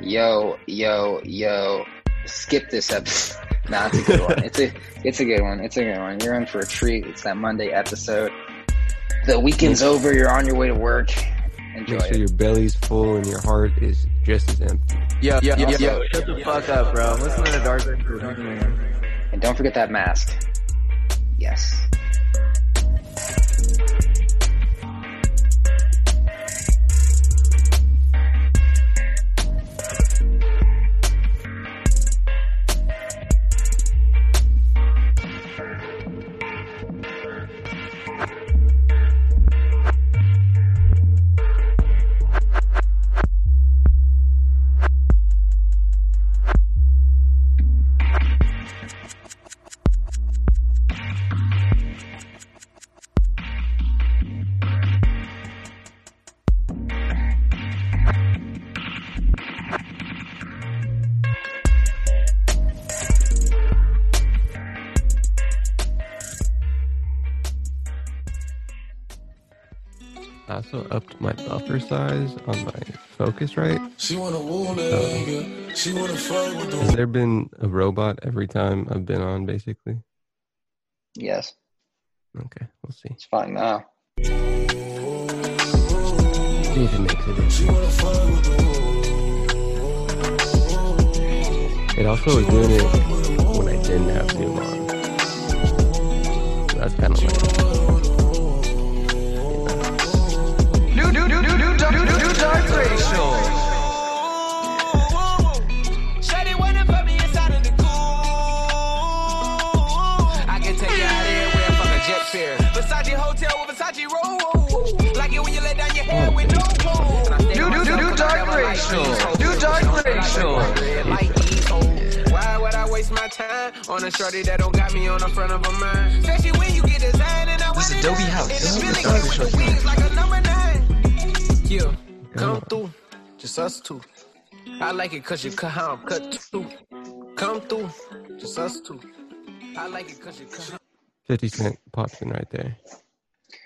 yo, yo, yo, skip this episode. Nah, it's a good one. It's a, it's a good one. It's a good one. You're in for a treat. It's that Monday episode. The weekend's over. You're on your way to work. Enjoy Make sure it. your belly's full and your heart is just as empty. Yo, yo, yo, yo, Also- shut the fuck up, bro. I'm listening to Dark Angel. And don't forget that mask. Yes. I also upped my buffer size on my focus right. She wanna woo nigga. She wanna fuck with the Has there been a robot every time I've been on, basically? Yes. Okay, we'll see. It's fine now. See if it makes a difference. She wanna fuck with the It also was doing it when I didn't have Zoom on. So that's kind of like, New, new, new, new, new, dark, new, new dark racial. Shawty wanna put me inside of the cool. I can take you out here where fuck a jet fare. Versace hotel with Versace roll. Like it when you let down your hair with no clothes. New, new, new, new dark racial. New dark racial. Like these hoes. Why would I waste my time on a shorty that don't got me on the front of a mind? Especially when you get designed and I want it Adobe done. House. And This it's is really the dark good with the racial. wings like a number nine. Yeah, come come through. Just us two. I like it cause you cut how I'm cut too. Come through, just us two. I like it cause you cut. 50 Cent pops in right there.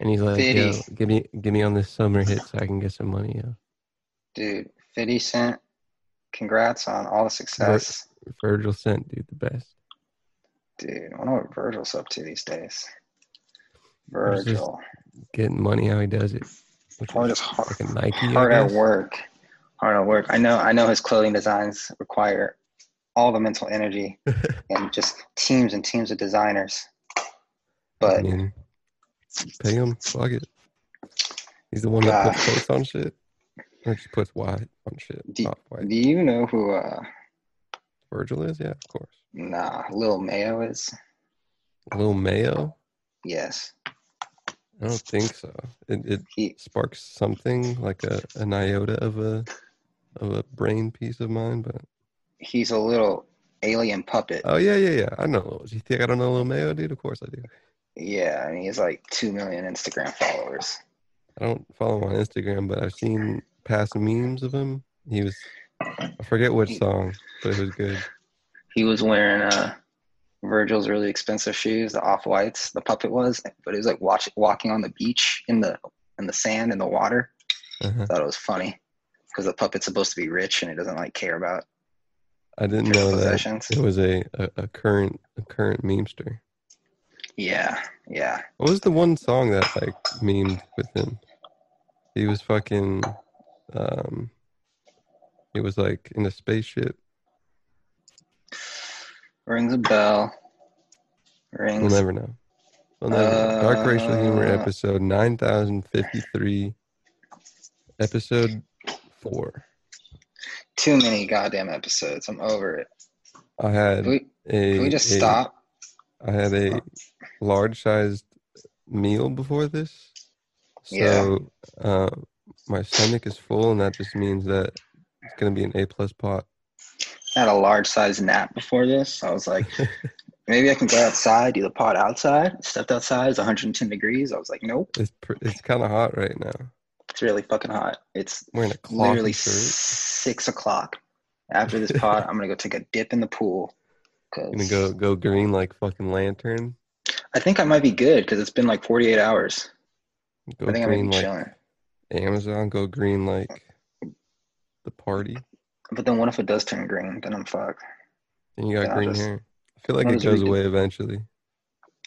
And he's like, yo, 50. give me, give me on this summer hit so I can get some money. Yo. Dude, 50 Cent, congrats on all the success. Virgil Cent, dude, the best. Dude, I wonder what Virgil's up to these days. He's just- Virgil. Getting money how he does it. Which Probably just was hard, like a Nike. I hard at guess. work. Hard at work. I know I know his clothing designs require all the mental energy and just teams and teams of designers. I But mean, pay him. Fuck it. He's the one that God. puts face on shit. Or just puts white on shit. Do- Not white. do you know who uh Virgil is? Yeah, of course. nah Lil Mayo is? Lil Mayo? Yes. I don't think so. It, it He sparks something like a an iota of a of a brain piece of mine, but he's a little alien puppet. oh yeah, yeah, yeah. I know. Lil- You think I don't know Lil Mayo, dude? Of course I do. Yeah, and he has like two million Instagram followers. I don't follow him on Instagram, but I've seen past memes of him. He was I forget which song, but it was good. He was wearing uh Virgil's really expensive shoes, the off whites, the puppet was, but he was like watch, walking on the beach in the in the sand in the water. uh thought it was funny because the puppet's supposed to be rich and it doesn't like care about I didn't his know that possessions. it was a, a, a current a current memester. Yeah, yeah. What was the one song that like memed with him? He was fucking um he was like in a spaceship. Rings a bell. Rings. We'll never know. We'll never know. Dark racial humor Uh, episode nine thousand fifty three episode four. Too many goddamn episodes. I'm over it. I had Can we, a can we just a- stop? I had a large sized meal before this. So Yeah. uh, my stomach is full and that just means that it's gonna be an A plus pot. I had a large size nap before this. I was like, maybe I can go outside, do the pod outside. Stepped outside, it's 110 degrees. I was like, nope, It's pr- it's kind of hot right now. it's really fucking hot. It's Wearing a cloth literally shirt. six o'clock. After this pod, I'm gonna go take a dip in the pool. Cause Gonna go go green like fucking lantern. I think I might be good because it's been like 48 hours. Go I think I might green be like chilling. Amazon. Go green like the party. But then what if it does turn green? Then I'm fucked. And you got Yeah, I'll green just- hair. I feel like I'll it just goes redo- away eventually.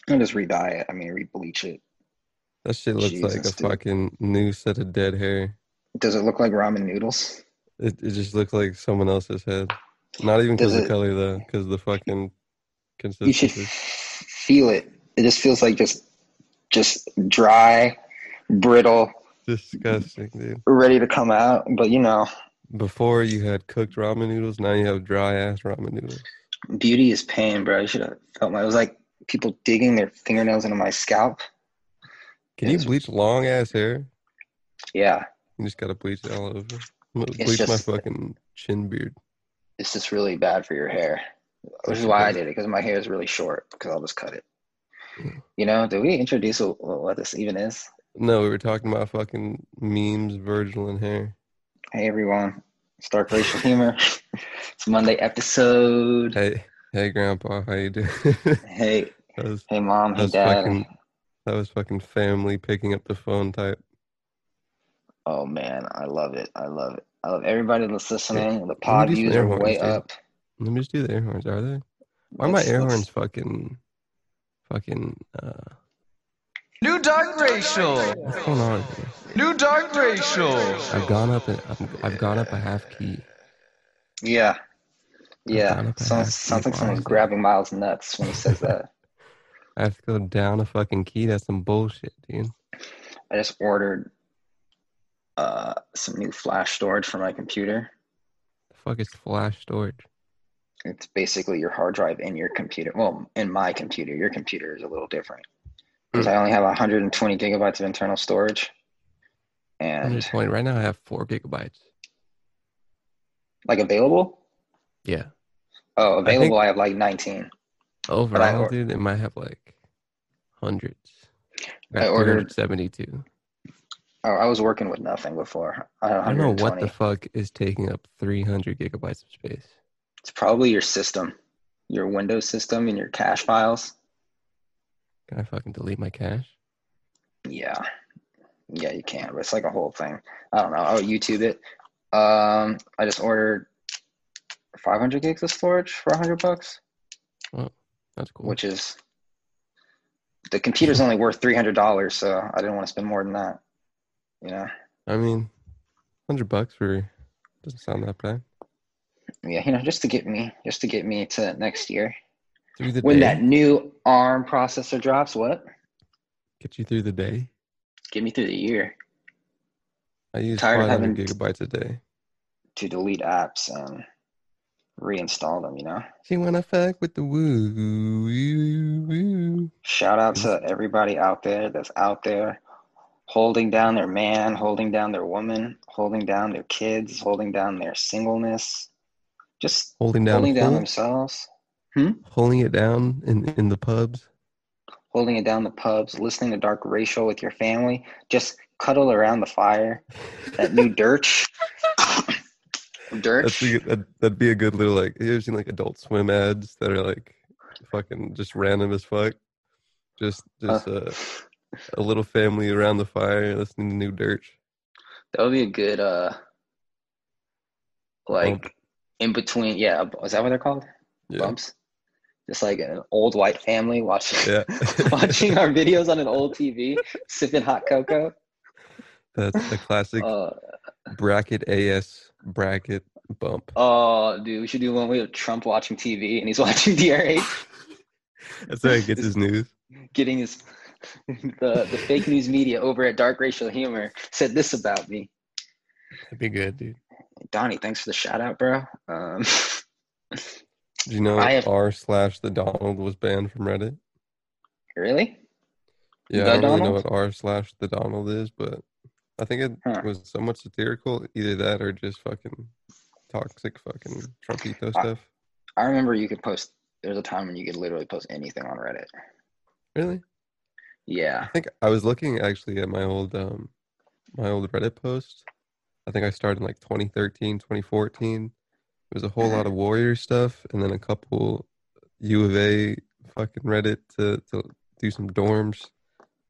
I'll just re-dye it. I mean, re-bleach it. That shit looks like a Jesus, dude. fucking new set of dead hair. Does it look like ramen noodles? It it just looks like someone else's head. Not even Does because of it- the color though, because the fucking You should consistency. feel it. It just feels like just, just dry, brittle, Disgusting, dude. ready to come out. But you know, Before you had cooked ramen noodles, now you have dry ass ramen noodles. beauty is pain, bro. I should have felt my. It was like people digging their fingernails into my scalp. Can you Yes. bleach long ass hair? Yeah, You just gotta bleach it all over. I'm gonna bleach just- my fucking chin beard. it's just really bad for your hair, which is why I did it because my hair is really short. Because I'll just cut it. You know, did we introduce what, what this even is? No, we were talking about fucking memes, Virgil and hair. Hey everyone, it's Dark Racial Humor. it's Monday episode. Hey, hey, grandpa, how you doing? that Hey, was hey mom, hey That's dad. fucking- that was fucking family picking up the phone type. Oh man, I love it. I love it. I love everybody that's listening. The let pod me do some views air are horns, way dude. up. Let me just do the air horns. Are they? Why are my Let's- air let's- horns fucking, fucking? Uh, New dark racial. what's going on? Here? New dark racial. I've gone up. A, I've, I've gone up a half key. Yeah. down Yeah. with my Sounds ass sounds like cheek someone's lines. grabbing Miles' nuts when he says that. I have to go down a fucking key. That's some bullshit, dude. I just ordered uh some new flash storage for my computer. The fuck is flash storage? It's basically your hard drive in your computer. Well, in my computer. Your computer is a little different. Hmm. Because I only have 120 gigabytes of internal storage. I'm And just pointing right now. I have four gigabytes. like available? Yeah. Oh, think- available I have like 19. Overall, or- dude, it might have like hundreds. I ordered- seventy-two. Oh, I was working with nothing before. I, had I don't know what 120. the fuck is taking up 300 gigabytes of space. It's probably your system, your Windows system, and your cache files. Can I fucking delete my cache? Yeah, yeah, you can. But it's like a whole thing. I don't know. I'll YouTube it. Um, I just ordered 500 gigs of storage for 100 bucks, That's cool. which is the computer's only worth 300 dollars, so I didn't want to spend more than that. You know? I mean, 100 bucks for doesn't sound that bad. Yeah, you know, just to get me, just to get me to next year Through the when day, that new ARM processor drops. What? get you through the day. Get me through the year I use Tired of 500 having- gigabytes a day. to delete apps and reinstall them. You know? She wanna fuck with the woo woo woo. Shout out to everybody out there that's out there holding down their man, holding down their woman, holding down their kids, holding down their singleness, just Holding down, holding down hold- themselves, holding it down in in the pubs. holding it down the pubs, listening to Dark Racial with your family, just cuddle around the fire. That new Dirch. That's Dirch. a good, that'd, that'd be a good little like. You ever seen like Adult Swim ads that are like fucking just random as fuck? Just just uh, a little family around the fire listening to new dirt. That would be a good uh like Bump. in between yeah, is that what they're called? Yeah. Bumps. Just like an old white family watching Yeah, watching our videos on an old TV, sipping hot cocoa. that's the classic Uh, bracket AS bracket bump. oh, dude, we should do one with Trump watching TV and he's watching DRH That's how he gets his news. getting his the the fake news media over at Dark Racial Humor said this about me. That'd be good, dude. Donnie, thanks for the shout out, bro. Um, Do you know I have- r slash the Donald was banned from Reddit? really? Yeah, The I don't really know Donald? what r slash the Donald is, but I think it Huh. was somewhat satirical. Either that or just fucking toxic fucking Trumpito I- stuff. I remember you could post. There's a time when you could literally post anything on Reddit. Really? I Yeah. think I was looking actually at my old um my old Reddit post. I think I started in like 2013, 2014. It was a whole Mm-hmm. lot of warrior stuff and then a couple U of A fucking Reddit to, to do some dorms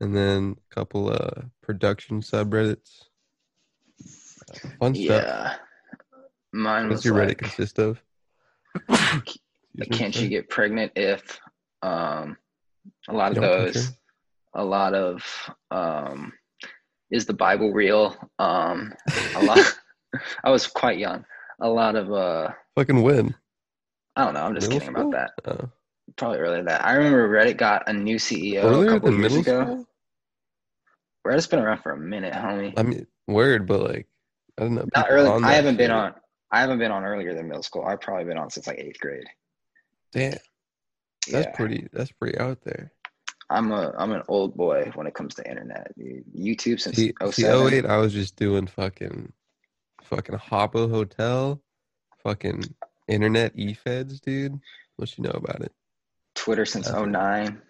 and then a couple uh production subreddits. Fun stuff. Yeah. Mine What's was your Reddit like, consist of? like, Excuse me, can't sir. you get pregnant if um a lot of Don't touch those her. a lot of um is the bible real um a lot i was quite young a lot of uh Fucking win. i don't know i'm just Middle kidding school? about that Oh. probably earlier than that i remember reddit got a new ceo a Earlier couple than years middle ago school? reddit's been around for a minute homie I mean, word, but like, I don't know. not people early on i that haven't been shit. on i haven't been on earlier than middle school i've probably been on since like eighth grade Damn, that's yeah pretty. That's pretty out there. i'm a i'm an old boy when it comes to internet dude. youtube since See, oh, see, 07. 08, I was just doing fucking, fucking Hobo Hotel, fucking internet e feds, dude. What you know about it? Twitter since Nothing. 09.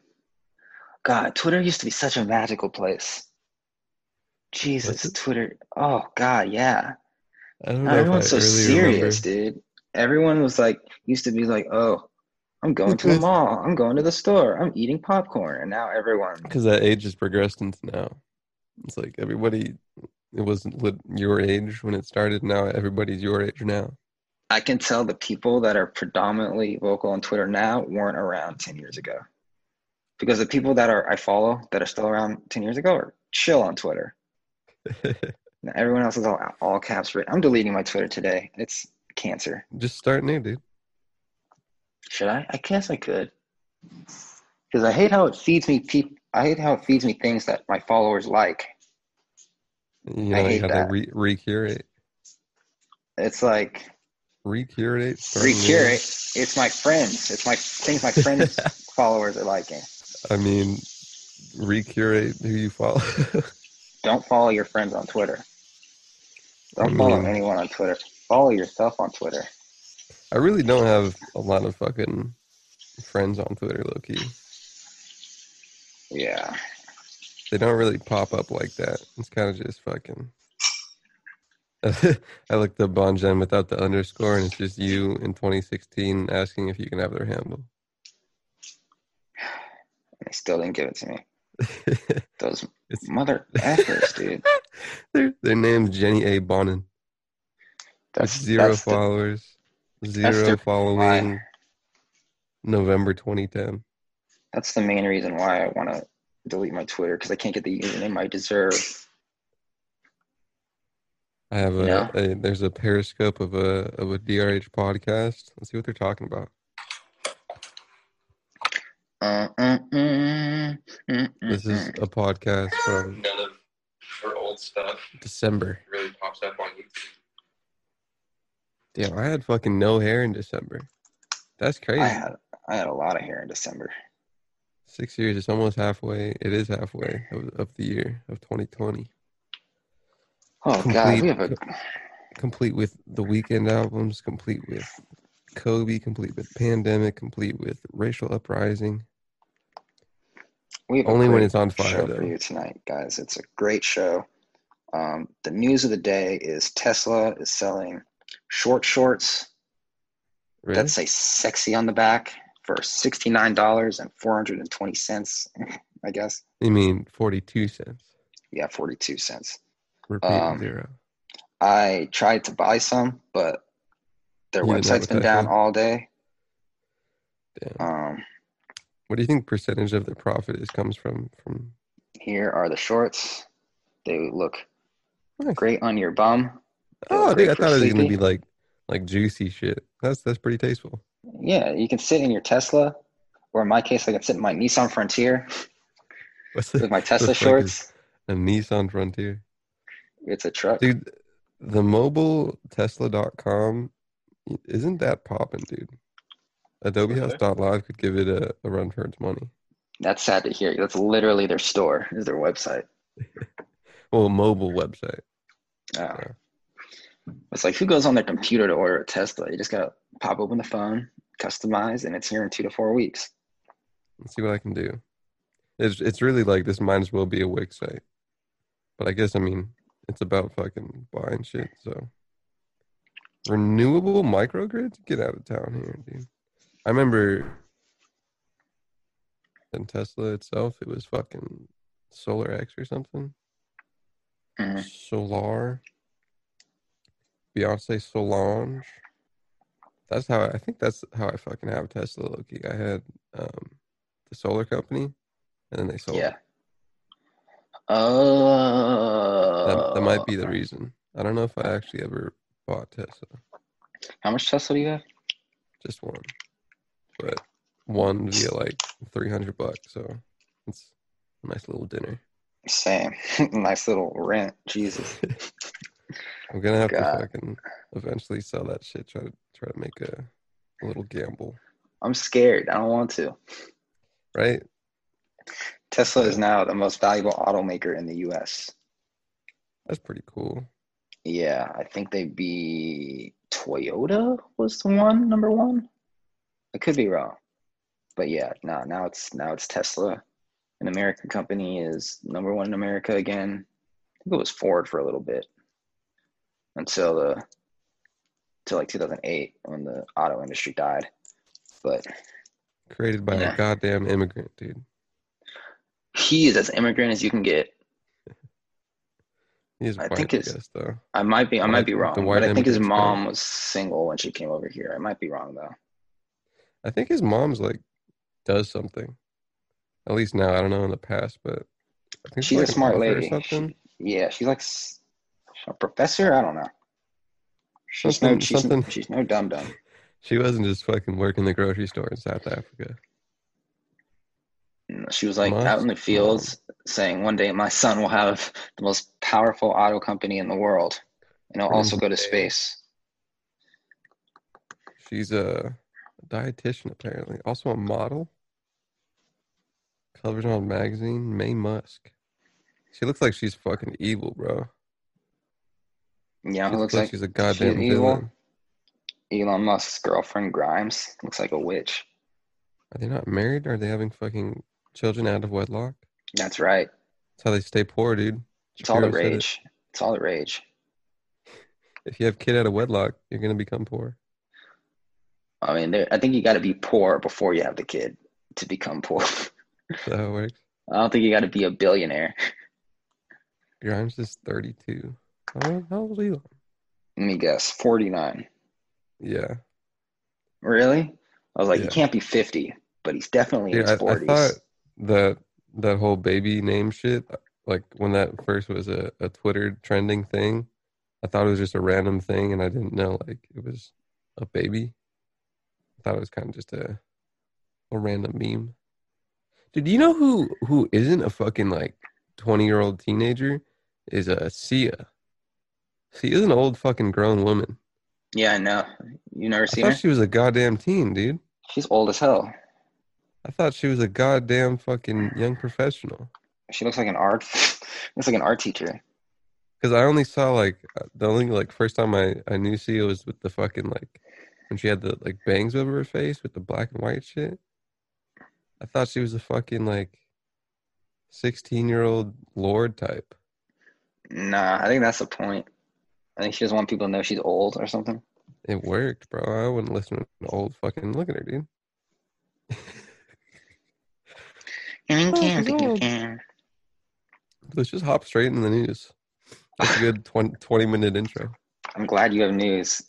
God, Twitter used to be such a magical place. Jesus, it? Twitter. Oh God, yeah. I don't Now know. everyone's so if I really remember. serious, dude. Everyone was like used to be like, "Oh, I'm going to the mall. I'm going to the store. I'm eating popcorn." And now everyone, because that age has progressed into now. It's like everybody, it wasn't lit- your age when it started. Now everybody's your age now. I can tell the people that are predominantly vocal on Twitter now weren't around 10 years ago. Because the people that are I follow that are still around 10 years ago are chill on Twitter. Now everyone else is all all caps written. I'm deleting my Twitter today. It's cancer. Just start new, dude. Should I? I guess I could. Because I hate how it feeds me. Peop- I hate how it feeds me things that my followers like. You I know, hate you gotta that. re- recurate, It's like recurate, start new. recurate. It's my friends. It's my things my friends followers are liking. I mean, recurate who you follow. Don't follow your friends on Twitter. Don't Mm. follow anyone on Twitter. Follow yourself on Twitter. I really don't have a lot of fucking friends on Twitter, low key. Yeah. They don't really pop up like that. It's kind of just fucking. I looked up Bonjen without the underscore, and it's just you in 2016 asking if you can have their handle. They still didn't give it to me. Those It's- mother effers, dude. their, their name's Jenny A. Bonin. That's zero that's the- followers, their zero following. November 2010. That's the main reason why I want to delete my Twitter because I can't get the username I deserve. I have a, Yeah. a there's a Periscope of a of a DRH podcast. Let's see what they're talking about. Uh, uh, mm, mm, This is mm. a podcast from none of her old stuff December. really pops up on YouTube. Damn, I had fucking no hair in December. That's crazy. I had I had a lot of hair in December. Six years. It's almost halfway. It is halfway of, of the year of 2020. Oh God, we Complete- have a Complete with the weekend albums. Complete with Kobe. Complete with pandemic. Complete with racial uprising. we have a Only when great it's on show fire for though. you tonight, guys. It's a great show. Um, the news of the day is Tesla is selling short shorts Really? that say "sexy" on the back for sixty nine dollars and four hundred and twenty cents. I guess I mean, 42 cents. yeah, forty two cents. Repeat Um, zero. I tried to buy some, but their You didn't have website's a been down Tesla? all day. Damn. Um, What do you think percentage of the profit is comes from from here are the shorts. They look Nice. great on your bum. They look Oh, great dude, I for thought it was gonna sleepy. be like like juicy shit. That's that's pretty tasteful. Yeah, you can sit in your Tesla, or in my case, I can sit in my Nissan Frontier What's with my Tesla fuck is- shorts. a Nissan Frontier, It's a truck. dude? The mobile Tesla.com isn't that popping, dude. Adobe House dot Live could give it a, a run for its money. That's sad to hear. That's literally their store. Is their website. Well, a mobile website. Uh, Yeah. It's like who goes on their computer to order a Tesla? You just gotta pop open the phone, customize, and it's here in two to four weeks. Let's see what I can do. It's it's really like this might as well be a Wix site, but I guess I mean it's about fucking buying shit. So renewable microgrids, get out of town here, dude. I remember in Tesla itself, it was fucking Mm. Solar X or something. Mhm. Solar. Beyonce Solange. That's how I think that's how I fucking have Tesla low key. I had um, the solar company, and then they sold. Yeah. it. Oh. That, that might be the reason. I don't know if I actually ever bought Tesla. How much Tesla do you have? just one, but one via like three hundred bucks. So it's a nice little dinner. Same. nice little rent. Jesus. I'm gonna have God. to fucking eventually sell that shit. Try to try to make a, a little gamble, I'm scared. I don't want to. right? Tesla is now the most valuable automaker in the U.S. That's pretty cool. Yeah, I think they'd be Toyota was the one number one. I could be wrong, but yeah, no, now it's now it's Tesla. An American company is number one in America again. I think it was Ford for a little bit until the until like 2008 when the auto industry died. But Created by Yeah. a goddamn immigrant, dude. he is as immigrant as you can get. He is I white, think I it's- guess, though. I might be I White- might be the wrong, white but I think his immigrants, right? mom was single when she came over here. I might be wrong though. I think his mom's like does something. At least now, I don't know in the past, but I think She's a like, an smart author lady. Or something. Yeah, she's like s- a professor. I don't know. She's no, Something- she's, something. she's no dumb dumb. She wasn't just fucking working the grocery store in South Africa. No, She was like out Must in the fields saying, "One day my son will have the most powerful auto company in the world, and he'll Her name's also go to Dave. space." She's a dietitian apparently, also a model. Covered on magazine, May Musk. She looks like she's fucking evil, bro. You know She who looks like she's a goddamn evil? villain. Elon Musk's girlfriend Grimes? Looks like a witch. Are they not married? Are they having fucking children out of wedlock? That's right. That's how they stay poor, dude. It's all the Shapiro said it. rage. It's all the rage. If you have kid out of wedlock, you're gonna become poor. I mean, there- I think you got to be poor before you have the kid to become poor. That's how it works. I don't think you got to be a billionaire. Grimes is 32. How old- how old is Elon? Let me guess, forty nine. Yeah, Really? I was like, Yeah. he can't be 50, but he's definitely in Dude, his I, I 40s. thought that that whole baby name shit, like when that first was a, a Twitter trending thing, I thought it was just a random thing, and I didn't know like it was a baby. I thought it was kind of just a a random meme. Dude, do you know who who isn't a fucking like twenty year old teenager is a Sia. Sia's an old fucking grown woman. yeah, I know. You never I seen her? thought she was a goddamn teen, dude. She's old as hell. I thought she was a goddamn fucking young professional. She looks like an art looks like an art teacher. Because I only saw like uh, the only like first time I I knew Sia was with the fucking like when she had the like bangs over her face with the black and white shit. I thought she was a fucking like sixteen year old lord type. Nah, I think that's the point. I think she doesn't want people to know she's old or something. It worked, bro. I wouldn't listen to an old fucking look at her, dude. I Oh, she's old. can. Let's just hop straight in the news. That's a good 20, 20 minute intro. I'm glad you have news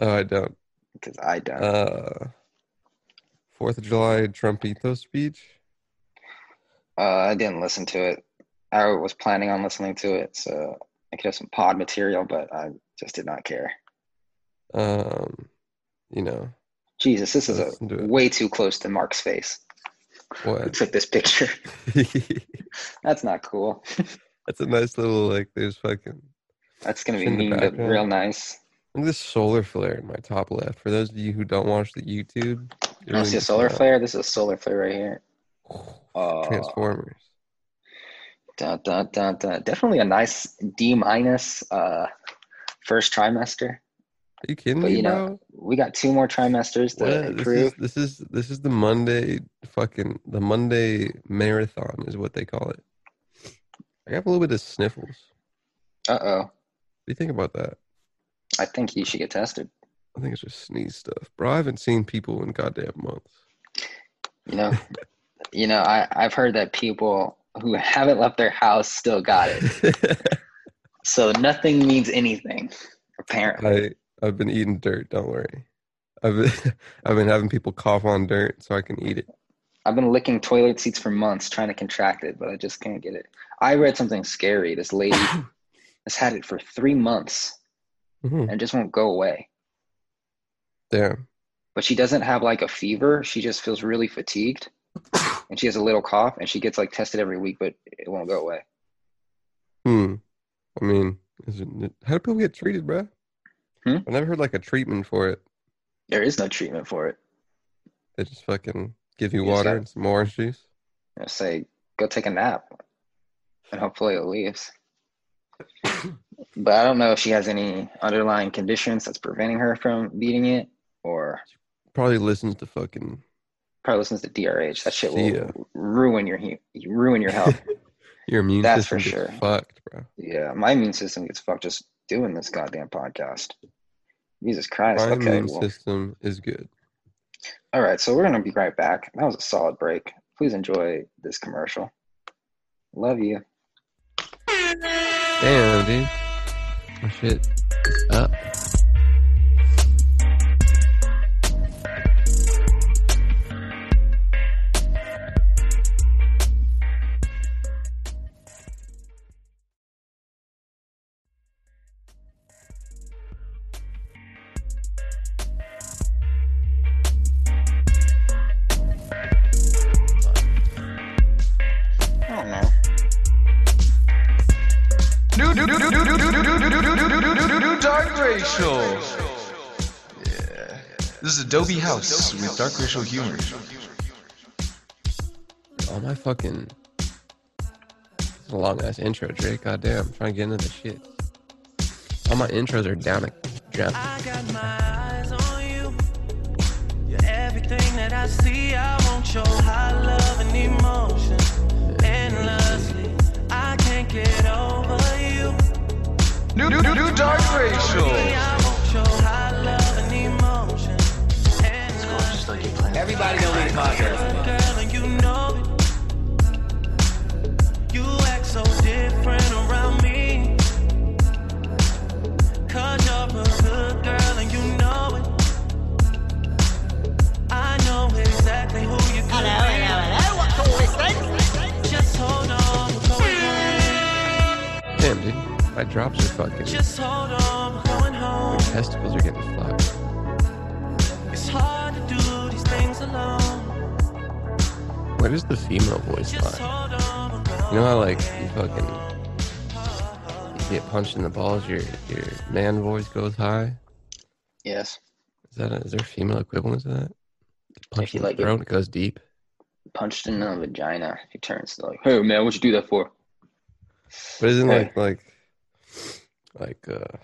Oh, I don't. because I don't. Uh, Fourth of July Trump ethos speech. Uh, I didn't listen to it. I was planning on listening to it, so I could have some pod material, but I just did not care. Um, you know Jesus, this is a Listen to it. way too close to Mark's face. Who what? took this picture? That's not cool. That's a nice little like. There's fucking That's gonna be In the mean, but background. real nice. look at this solar flare in my top left. For those of you who don't watch the YouTube, You want to see a solar flare? This is a solar flare right here. Uh, Transformers. Dun, dun, dun, dun. Definitely a nice D minus uh, first trimester. Are you kidding but me, you know, bro? We got two more trimesters to What? This is improve. this is this is the Monday fucking the Monday marathon is what they call it. I have a little bit of sniffles. What Uh oh. do you think about that? I think you should get tested. I think it's just sneeze stuff, bro. I haven't seen people in goddamn months. You know, you know. I I've heard that people who haven't left their house still got it. So nothing means anything. Apparently. I I've been eating dirt. Don't worry. I've been, I've been having people cough on dirt so I can eat it. I've been licking toilet seats for months trying to contract it, but I just can't get it. I read something scary. This lady has had it for three months Mhm. and it just won't go away. Damn. But she doesn't have like a fever. She just feels really fatigued and she has a little cough and she gets like tested every week, but it won't go away. Hmm. I mean, is it, how do people get treated, bro? Hmm? I never heard like a treatment for it. There is no treatment for it. They just fucking give you You just water have- and some orange juice. I say, go take a nap and hopefully it leaves. but I don't know if she has any underlying conditions that's preventing her from beating it or Probably listens to fucking. probably listens to DRH. That shit will Yeah. ruin your hu- ruin your health. Your immune That's for system gets sure. fucked, bro. yeah, my immune system gets fucked just doing this goddamn podcast. Jesus Christ. My okay. immune well- system is good. all right. So we're gonna be right back. That was a solid break. Please enjoy this commercial. Love you. Damn, dude. My shit is up. I don't know. New, new, new, new, new, new, new, new, new, new, new, new, new, new, new, new, dark racial. This is Adobe House with dark racial humor. All Oh, my fucking. It's a long ass intro, Drake. Goddamn, I'm trying to get into the shit. All my intros are down a down. I got my eyes on you. You're everything that I see. I want your high love and emotion endlessly. I can't get over you. New, new, new, new, dark racial. I want your high love and emotion endlessly. Everybody don't need a podcast. Girl, and you know it. You act so different around me. Cause you're a good girl and you know it. I know exactly who you could hello, be. Hello, hello, Just hold on, we're going home. Damn, dude. My drops are fucking. Just hold on, we're going home. Testicles are getting flopped. It's hard to do these things alone. Where does the female voice Just lie? hold on, we're going You know how like you fucking you get punched in the balls, your your man voice goes high. Yes. Is that a, is there a female equivalent to that? Get punched you in the like it. throat, it goes deep. Punched in the vagina. He turns like, hey man, what you do that for? But isn't Hey. like like like uh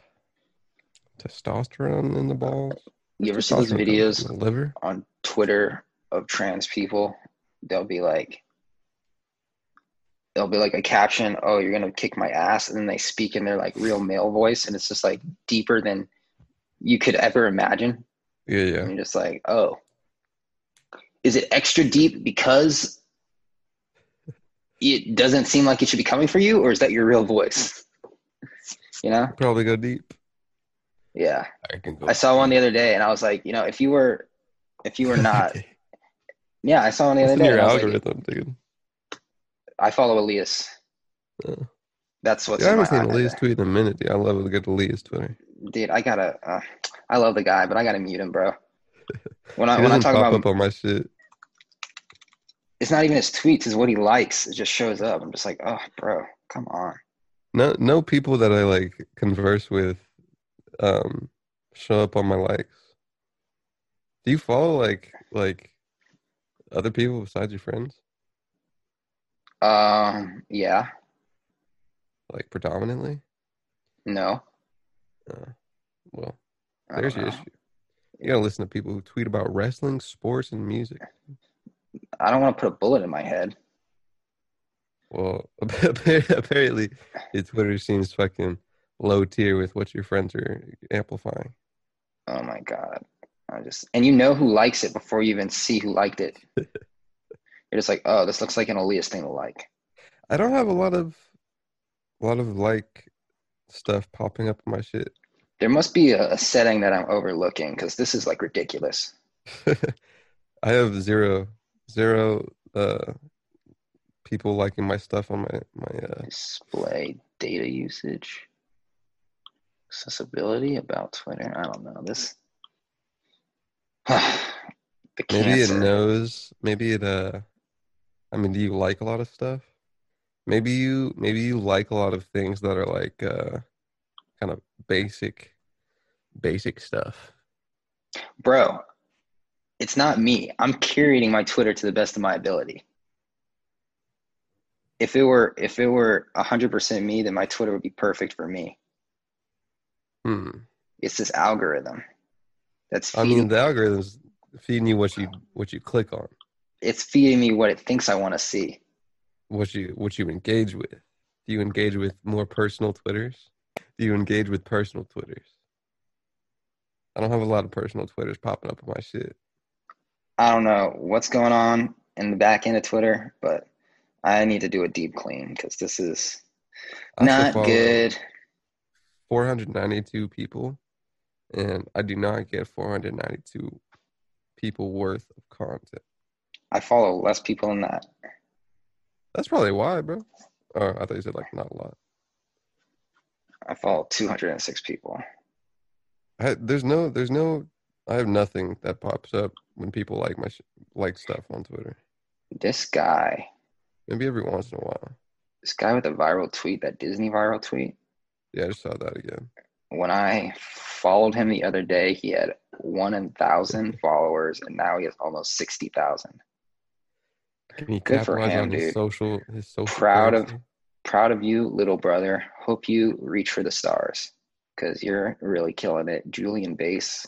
testosterone in the balls? You ever see those Testosterone goes videos in the liver? on Twitter of trans people, they'll be like, they'll be like a caption, "Oh, you're gonna kick my ass," and then they speak in their like real male voice, and it's just like deeper than you could ever imagine. Yeah, And yeah. you're just like, "Oh, is it extra deep because it doesn't seem like it should be coming for you, or is that your real voice?" You know? Probably go deep. Yeah. I can go I saw one the other day, and I was like, you know, if you were, if you were not, yeah, I saw one the What's other in day. your and I was like, algorithm, dude? I follow Elias. Oh. That's what's Dude, I in my haven't seen eye. Elias tweet in a minute, dude. I love a good Elias Twitter. Dude, I gotta. Uh, I love the guy, but I gotta mute him, bro. When He I when I doesn't talk pop about up him, on my shit. it's not even his tweets; it's what he likes. It just shows up. I'm just like, oh, bro, come on. No, no people that I like converse with um show up on my likes. Do you follow like like other people besides your friends? Um, yeah, Like predominantly? no. Uh, well, I there's don't your know. issue. You gotta listen to people who tweet about wrestling, sports, and music. I don't want to put a bullet in my head. Well, apparently, your Twitter seems fucking low tier with what your friends are amplifying. Oh my god, I just and you know who likes it before you even see who liked it. You're just like, oh, this looks like an Elias thing to like. I don't have a lot of, a lot of like stuff popping up on my shit. There must be a, a setting that I'm overlooking because this is like ridiculous. I have zero, zero uh, people liking my stuff on my my. Uh, Display data usage, accessibility about Twitter. I don't know this. the maybe it cancer. knows. Maybe it. Uh, I mean, do you like a lot of stuff? Maybe you. Maybe you like a lot of things that are like uh, kind of basic, basic stuff. bro it's not me i'm curating my twitter to the best of my ability if it were if it were 100% me then my twitter would be perfect for me Hmm. it's this algorithm that's I feeding, mean, the algorithm's feeding you what you what you click on, it's feeding me what it thinks i want to see what you what you engage with. Do you engage with more personal twitters? Do you engage with personal twitters? I don't have a lot of personal twitters popping up on my shit. i don't know what's going on in the back end of twitter but i need to do a deep clean because this is I still not follow good 492 people, and I do not get 492 people worth of content. i follow less people than that That's probably why, bro. Oh, I thought you said like not a lot. i follow 206 people I, there's no, there's no, I have nothing that pops up when people like my sh- like stuff on Twitter. this guy Maybe every once in a while. this guy with the viral tweet, that Disney viral tweet, Yeah, I just saw that again. when I followed him the other day, he had one in thousand followers, and now he has almost sixty thousand. Can he Good for capitalize him, on his dude. social his social Proud of- currency? Proud of you, little brother. Hope you reach for the stars because you're really killing it, Julian Bass.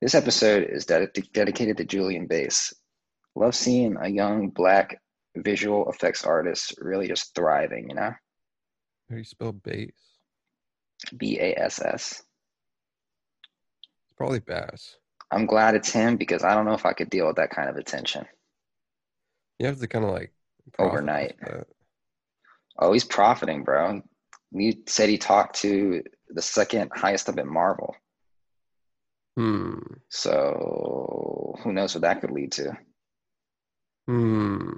This episode is ded- dedicated to Julian Bass. Love seeing a young black visual effects artist really just thriving. You know, How do you spell base? B A S S. It's probably bass. I'm glad it's him because I don't know if I could deal with that kind of attention. You have to kind of like profit off Overnight. that. Oh, he's profiting, bro. You said he talked to the second highest up at Marvel. Hmm. So who knows what that could lead to? Hmm.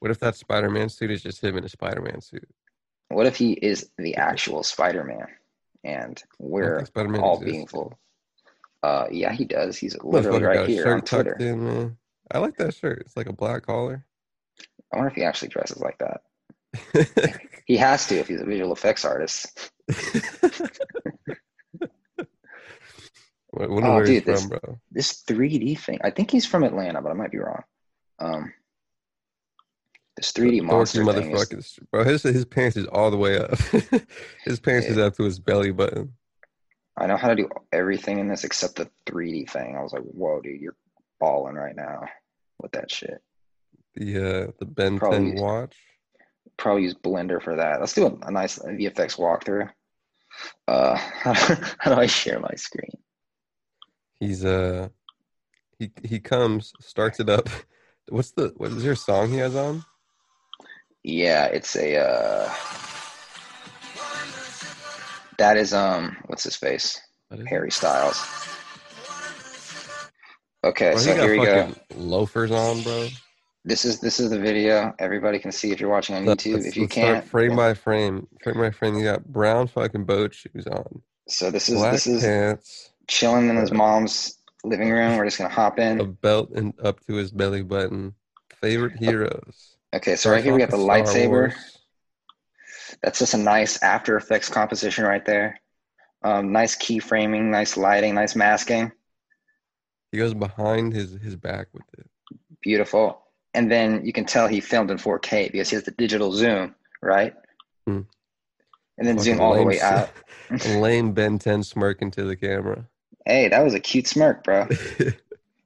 What if that Spider Man suit is just him in a Spider Man suit? What if he is the actual Spider Man and we're Spider all being full? Uh, yeah, he does. He's literally Motherfucker right got a here on shirt Twitter. tucked in, man. I like that shirt. It's like a black collar. I wonder if he actually dresses like that. He has to if he's a visual effects artist. What wonder Oh, where he's dude, this- from, bro. This 3D thing, I think he's from Atlanta, but I might be wrong. Um, this 3D monster Dorky thing is, motherfuckers, bro. His his pants is all the way up. his pants is up to his belly button. I know how to do everything in this except the 3D thing. I was like, whoa, dude, you're balling right now with that shit. The uh the Ben Probably- 10 watch. Probably use Blender for that. Let's do a, a nice VFX walkthrough. Uh, how do, how do I share my screen? He's uh he he comes, starts it up. What's the what is there a song he has on? Yeah, it's a. Uh, that is um, what's his face? That is- Harry Styles. Okay, Bro, so here we go. fucking loafers on, bro. This is this is the video. Everybody can see if you're watching on YouTube. Let's- if you let's start can't, frame by frame, frame by frame, you got brown fucking boat shoes on, so this is black this is pants, chilling in his mom's living room. We're just gonna hop a in. belt and up to his belly button. Favorite heroes. Okay, Oh, so right here we got the Starts off with Star lightsaber. Wars. That's just a nice After Effects composition right there. Um, nice keyframing, nice lighting, nice masking. He goes behind his his back with it. Beautiful. And then you can tell he filmed in 4K because he has the digital zoom, right? Hmm. And then Fucking zoom all the lame way s- out. lame Ben 10 smirk into the camera. Hey, that was a cute smirk, bro. Do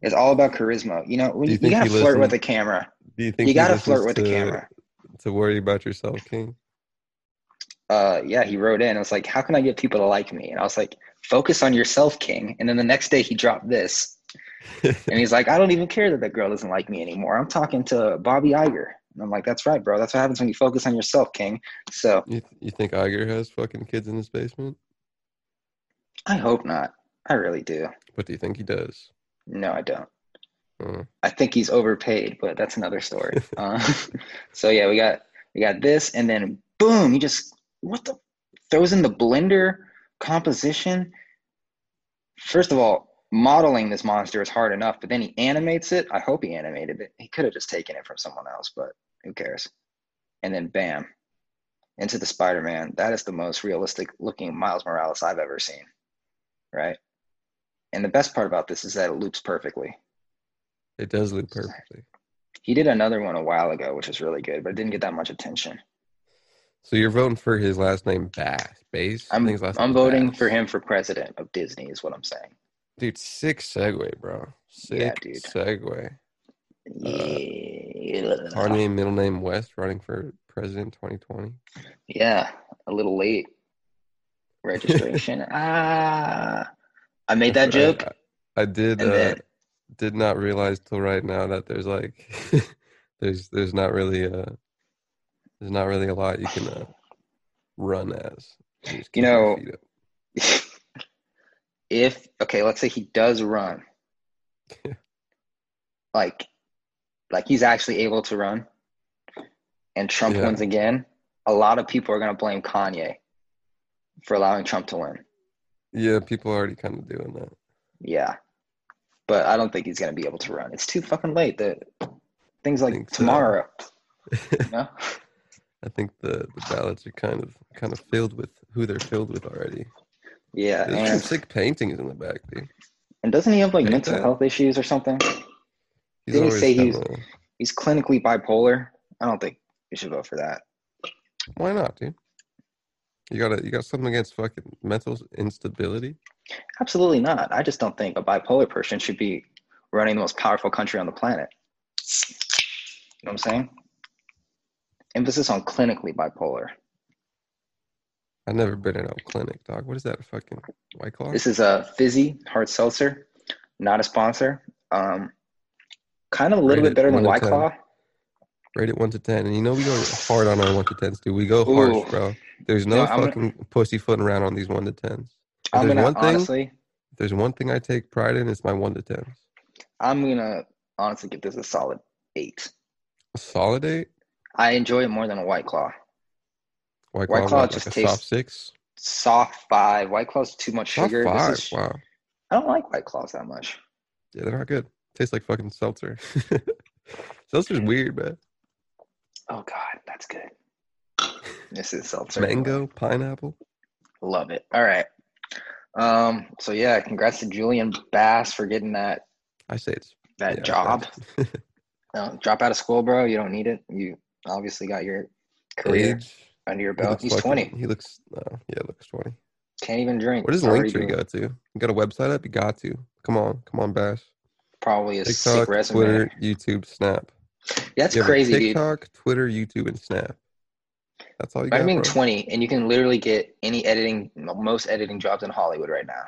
It's all about charisma. You know, when Do you you, you think gotta he flirt with listened- the camera. you think You he gotta listens flirt with the to- camera. To worry about yourself, King. uh yeah he wrote in i was like how can i get people to like me and i was like focus on yourself king and then the next day he dropped this and he's like i don't even care that that girl doesn't like me anymore i'm talking to bobby Iger. and i'm like that's right bro that's what happens when you focus on yourself king so You, you think Iger has fucking kids in his basement? I hope not. I really do. What do you think he does? No, I don't. Uh, I think he's overpaid, but that's another story. uh, so yeah, we got we got this, and then boom, he just what the throws in the blender composition. First of all, modeling this monster is hard enough, but then he animates it. I hope he animated it. He could have just taken it from someone else, but who cares? And then bam, into the Spider-Man. That is the most realistic looking Miles Morales I've ever seen. Right? And the best part about this is that it loops perfectly. it does loop perfectly. He did another one a while ago, which was really good, but it didn't get that much attention. So you're voting for his last name Bass. Bass. I I'm, think his last I'm name's voting Bass. for him for president of Disney, is what I'm saying. Dude, sick segue, bro. Sick Yeah, dude. segue. Yeah. Our name, middle name West, running for president 2020. Yeah, a little late. Registration. ah, I made that joke. I, I did. And Uh, then- did not realize till right now that there's like, there's there's not really uh there's not really a lot you can uh, run as. just keep know, your feet up. if okay, let's say he does run, Yeah. like, like he's actually able to run, and Trump Yeah. wins again, a lot of people are gonna blame Kanye for allowing Trump to win. yeah, people are already kind of doing that. Yeah, but I don't think he's gonna be able to run. It's too fucking late. The things like Think so. tomorrow, you know? I think the, the ballots are kind of kind of filled with who they're filled with already. yeah, There's some and, sick paintings in the back, dude. and doesn't he have like Ain't mental that- health issues or something? He's Didn't he always say he was- kinda- He's clinically bipolar. I don't think we should vote for that. Why not, dude? You got to you got something against fucking mental instability? Absolutely not. I just don't think a bipolar person should be running the most powerful country on the planet. You know what I'm saying? Emphasis on clinically bipolar. I've never been in a clinic, dog. What is that fucking white claw? This is a fizzy hard seltzer, not a sponsor. Um, kind of a little bit Rated better than one White to Claw. Rate it one to ten, and you know we go hard on our one to tens, dude. We go harsh, Ooh. bro. There's no No, I'm gonna- fucking pussyfooting around on these one to tens. If I'm there's gonna one thing, honestly, if there's one thing I take pride in, it's my one to tens. I'm gonna honestly give this a solid eight. A solid eight. I enjoy it more than a White Claw. White White claw, Claw what, just like a soft tastes six. Soft five. White Claw's too much Soft sugar. five. This is, Wow. I don't like White Claws that much. Yeah, they're not good. Tastes like fucking seltzer. Seltzer's weird, man. Oh God, that's good. This is seltzer. Mango, pineapple. Love it. All right. Um, so yeah, congrats to Julian Bass for getting that I say it's that yeah, job. that's- Uh, drop out of school, bro. You don't need it. You obviously got your career Age. under your He belt. looks He's fucking- twenty. He looks, uh, yeah, looks 20. Can't even drink. What does Already Linktree doing go to? You got a website up? You got to. Come on. Come on, Bash. Probably a sick TikTok, resume. Twitter, YouTube, Snap. Yeah, That's You have a crazy, dude. TikTok, Twitter, YouTube, and Snap. That's all you Imagine got, being bro. twenty and you can literally get any editing, most editing jobs in Hollywood right now,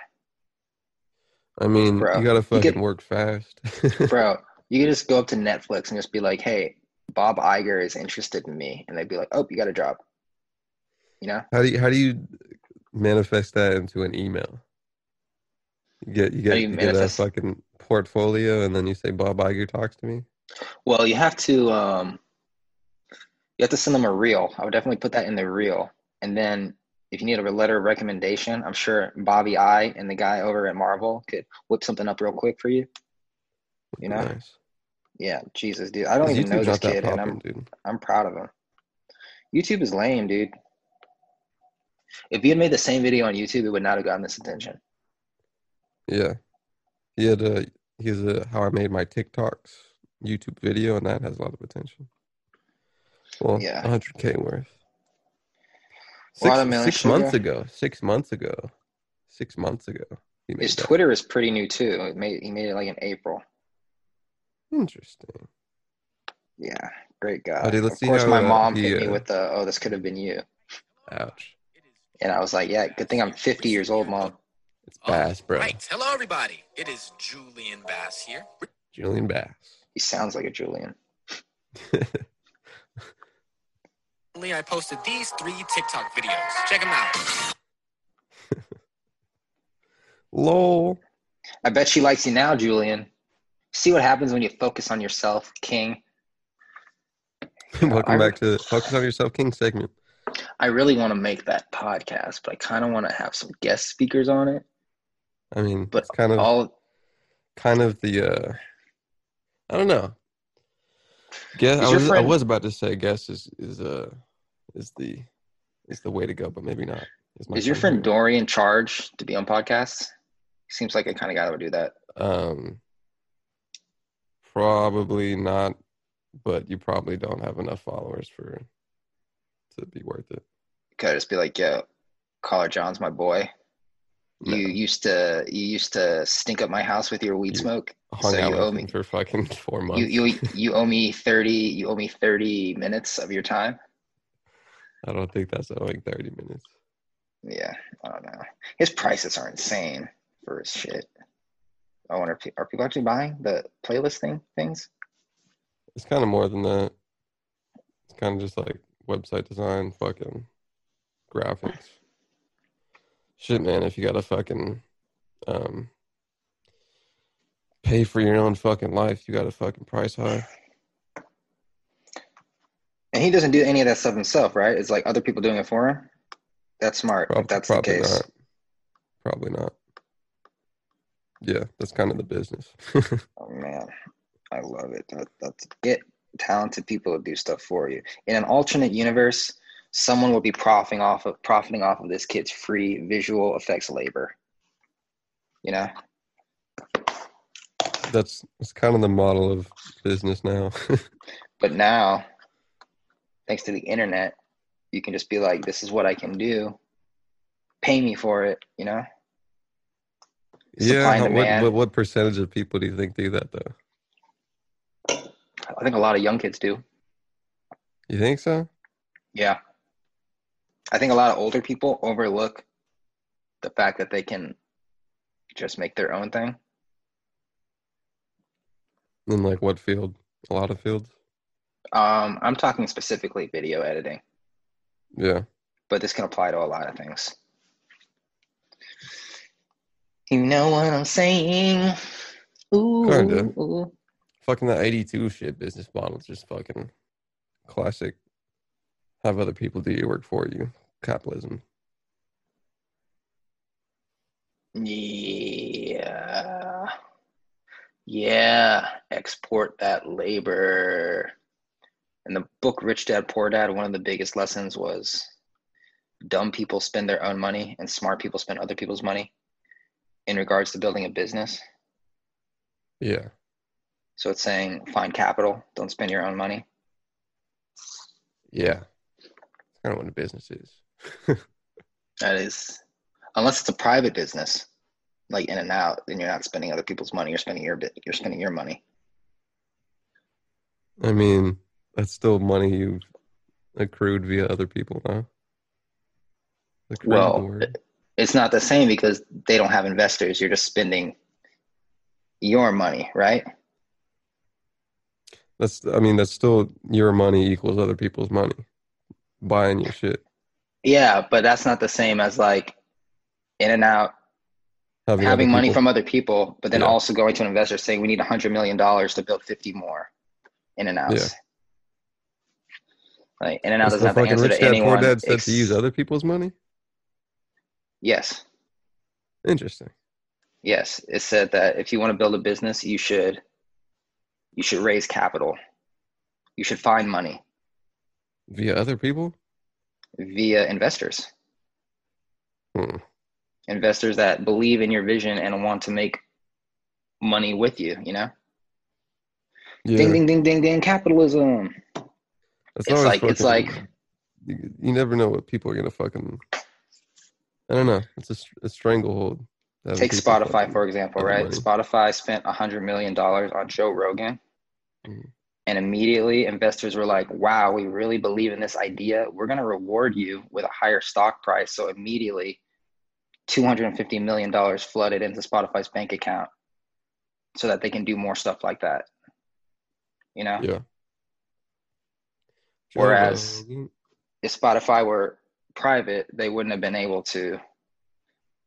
I mean, bro. you got to You fucking get- work fast. bro. You could just go up to Netflix and just be like, "Hey, Bob Iger is interested in me," and they'd be like, "Oh, you got a job." You know. how do you how do you manifest that into an email? You get you get, do you you get a manifest- fucking portfolio, and then you say Bob Iger talks to me. Well, you have to um, you have to send them a reel. I would definitely put that in the reel. And then if you need a letter of recommendation, I'm sure Bobby I and the guy over at Marvel could whip something up real quick for you. You know? Nice. Yeah, Jesus, dude. I don't His even know YouTube's this not that kid, and I'm poppin', dude. I'm proud of him. YouTube is lame, dude. If you had made the same video on YouTube, it would not have gotten this attention. Yeah, he had a he has a how I made my TikToks YouTube video, and that has a lot of attention. Well, Yeah. 100k worth. Six, Watermelon six months sugar. ago. Six months ago. Six months ago. He made His that. Twitter is pretty new too. It made he made it like in April. Interesting. Yeah, great guy. dude, let's Of see course, how, my uh, mom he, hit me uh, with the, "Oh, this could have been you." Ouch. And I was like, yeah, good thing I'm 50 years old, mom. It's Bass, bro. Right. Hello, everybody. It is Julian Bass here. Julian Bass. He sounds like a Julian. Recently, I posted these three TikTok videos. Check them out. Lol. I bet she likes you now, Julian. See what happens when you focus on yourself, King. Welcome back to the Focus on Yourself King segment. I really want to make that podcast, but I kind of want to have some guest speakers on it. I mean, But it's kind of all kind of the uh I don't know. Guess Is I your was, I friend- was about to say guess is is uh is the is the way to go, but maybe not. my is your friend Dorian charged to be on podcasts? Seems like a kind of guy that would do that. Um, probably not, but you probably don't have enough followers for to be worth it. Could I just be like, yo, Caller John's my boy. You used to you used to stink up my house with your weed You smoke. Hung So out you with owe him me for fucking four months. you, you you owe me thirty you owe me thirty minutes of your time. I don't think that's owing thirty minutes. Yeah, I don't know. His prices are insane for his shit. I wonder, if pe- are people actually buying the playlist thing things? It's kind of more than that. It's kind of just like website design, fucking graphics. Shit, man, if you gotta fucking um, pay for your own fucking life, you gotta fucking price high. And he doesn't do any of that stuff himself, right? It's like other people doing it for him. That's smart. Prob- if that's the probably case. Not. Probably not. Yeah, that's kind of the business. Oh man, I love it. That, that's get talented people to do stuff for you. In an alternate universe, someone would be profiting off of profiting off of this kid's free visual effects labor. You know, that's that's kind of the model of business now. but now, thanks to the internet, you can just be like, "This is what I can do. Pay me for it." You know, Supply yeah, and how- what, demand. what what percentage of people do you think do that though? I think a lot of young kids do. You think so? Yeah, I think a lot of older people overlook the fact that they can just make their own thing. In like what field? A lot of fields. Um, I'm talking specifically video editing, Yeah. but this can apply to a lot of things. You know what I'm saying? Ooh, Kinda. ooh. Fucking that 82 shit business model is just fucking classic. Have other people do your work for you. Capitalism. yeah, yeah. Export that labor. In the book Rich Dad Poor Dad, one of the biggest lessons was dumb people spend their own money and smart people spend other people's money in regards to building a business. Yeah. So it's saying find capital, don't spend your own money. Yeah. It's kind of what a business is. That is, unless it's a private business, like in and out, then you're not spending other people's money. You're spending your bit. You're spending your money. I mean, that's still money you've accrued via other people, huh? Accrued Well, the word. It's not the same because they don't have investors. You're just spending your money, right? that's I mean, that's still your money equals other people's money. Buying your shit, Yeah, but that's not the same as like in and out having, having money people- from other people, but then Yeah. also going to an investor saying we need hundred million dollars to build fifty more in and outs. Yeah. Like in and out doesn't That's the have the fucking answer rich to dad, poor anyone. dad stuff ex- to use other people's money. Yes. Interesting. Yes, it said that if you want to build a business, you should you should raise capital. You should find money Via other people. via investors, Hmm. investors that believe in your vision and want to make money with you, you know? Yeah. Ding ding ding ding ding capitalism. That's It's always like- it's fucking- like- you, you never know what people are gonna fucking. I don't know. It's a, str- a stranglehold. that Take people Spotify fucking- for example, other right? money. Spotify spent 100 million dollars on Joe Rogan. Mhm. And immediately investors were like, "Wow, we really believe in this idea. We're going to reward you with a higher stock price." So immediately 250 million dollars flooded into Spotify's bank account so that they can do more stuff like that. You know? Yeah. Whereas- Joe Rogan. if Spotify were private, they wouldn't have been able to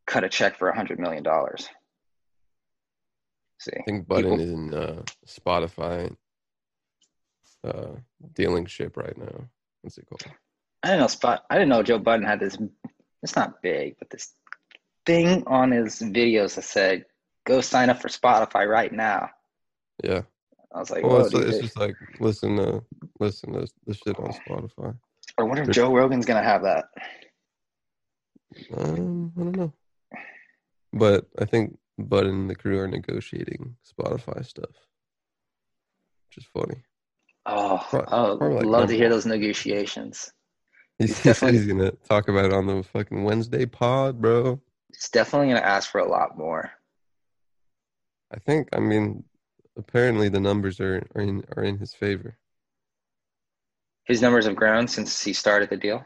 cut a check for a hundred million dollars. See, I think Budden people- is in uh, Spotify uh, dealing ship right now. What's it called? I didn't know spot. I didn't know Joe Budden had this. It's not big, but this thing on his videos that said, "Go sign up for Spotify right now." Yeah. I was like, well, "Whoa, it's, dude, it's they- just like listen to listen to this shit on Spotify. I wonder if Joe Rogan's gonna have that." Um, I don't know, but I think Bud and the crew are negotiating Spotify stuff, which is funny. Oh, Pro- oh probably like love one to hear those negotiations. He's, He's he said definitely- he's gonna talk about it on the fucking Wednesday pod, bro. It's definitely gonna ask for a lot more. I think. I mean, apparently the numbers are are in, are in his favor. His numbers have grown since he started the deal.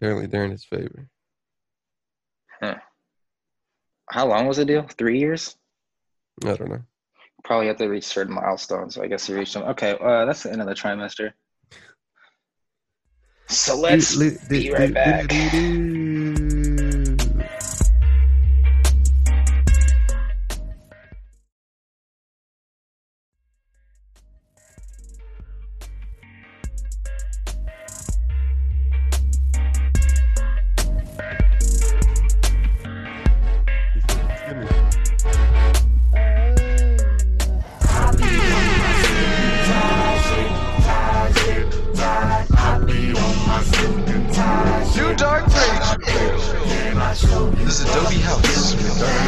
Apparently they're in his favor. How long was the deal? Three years? I don't know. Probably have to reach certain milestones. So I guess he reached them. Okay, uh, that's the end of the trimester. So let's be right back. New Dark Rage. This is Adobe House with Dark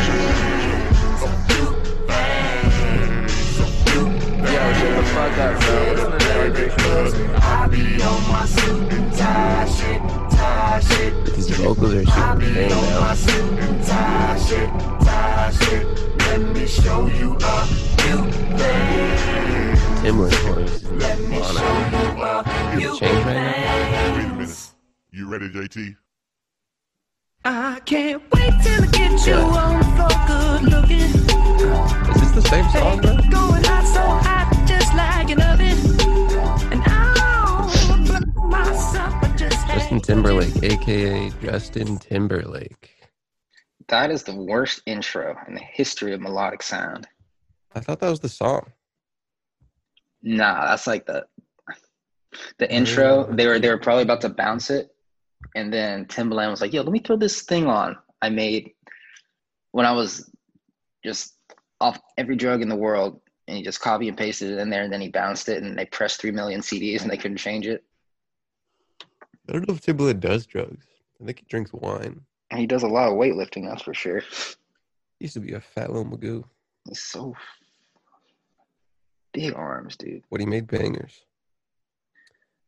Yo, shut the fuck up, bro. Listen to that dark racial. These vocals are super insane now. Timbaland chorus is mono. Change right now. Wait a minute. You ready, JT? I can't wait till I get you on the floor, good looking. Is this the same song, bro? Going hot, so hot, just like an oven. And I'll blow myself, I just Justin hate Timberlake, aka Justin Timberlake. That is the worst intro in the history of melodic sound. I thought that was the song. Nah, that's like the the intro. They were they were probably about to bounce it, and then Timbaland was like, "Yo, let me throw this thing on I made when I was just off every drug in the world." And he just copy and pasted it in there, and then he bounced it, and they pressed three million CDs, and they couldn't change it. I don't know if Timberlake does drugs. I think he drinks wine. And he does a lot of weightlifting, that's for sure. He used to be a fat little magoo, He's so big arms, dude. but he made bangers.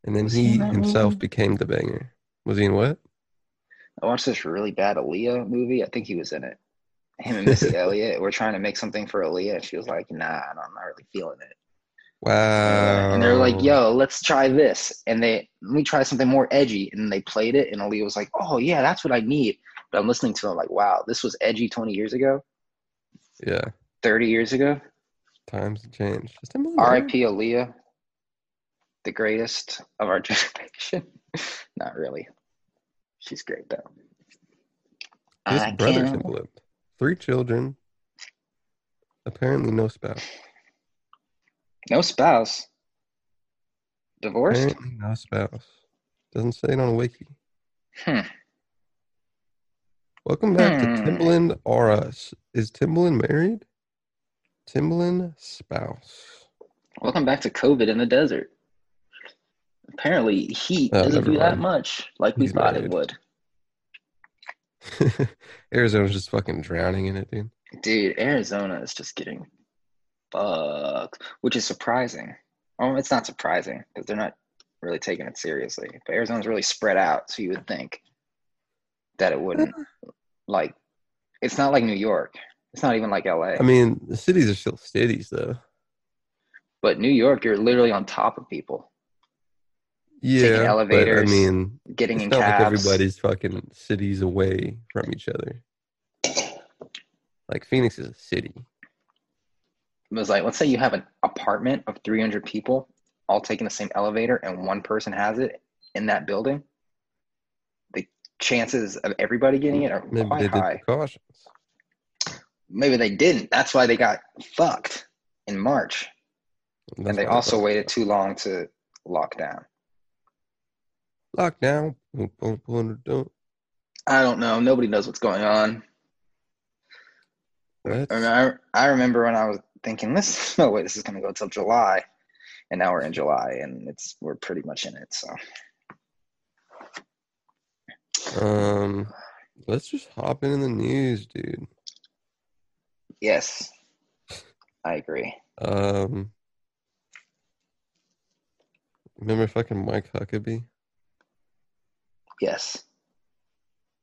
And then Was he he in that himself movie? became the banger. Was he in what? I watched this really bad Aaliyah movie. I think he was in it. Him and Missy Elliott were trying to make something for Aaliyah, and she was like, "Nah, I'm not really feeling it." Wow. And they're like, "Yo, let's try this," and they let me try something more edgy, and they played it, and Aaliyah was like, "Oh yeah, that's what I need." But I'm listening to it, I'm like, "Wow, this was edgy 20 years ago, Yeah, 30 years ago." times have changed. Is Timbaland married? R.I.P. Aaliyah, the greatest of our generation. not really. She's great though. His I brother can't- Timbaland. Three children. Apparently no spouse. No spouse. Divorced? Apparently no spouse. Doesn't say it on wiki. Hmm. Welcome back Hmm. to Timbaland or Us. Is Timbaland married? Timbaland spouse. Welcome back to COVID in the desert. Apparently, heat Oh, doesn't never do that mind. much like we He's thought it married. would. Arizona's just fucking drowning in it, dude. Dude, Arizona is just getting fucked, which is surprising. Oh, it's not surprising because they're not really taking it seriously. But Arizona's really spread out, so you would think that it wouldn't. like, it's not like New York. It's not even like LA. I mean, the cities are still cities though. but New York, you're literally on top of people, Yeah. but, elevators, I mean getting it's in not like cabs. everybody's fucking cities away from each other. Like Phoenix is a city. It was like, let's say you have an apartment of 300 people all taking the same elevator and one person has it in that building. The chances of everybody getting it are Maybe quite they did high. precautions. Maybe they didn't. That's why they got fucked in March, That's and they what I also thought. waited too long to lock down. lockdown. Boom, boom, boom, boom. I don't know. Nobody knows what's going on. What? I, mean, I, I remember when I was thinking, this no way, this is going to go till July, and now we're in July, and it's we're pretty much in it. So Um, let's just hop into the news, dude. yes, I agree. Um, remember fucking Mike Huckabee? Yes.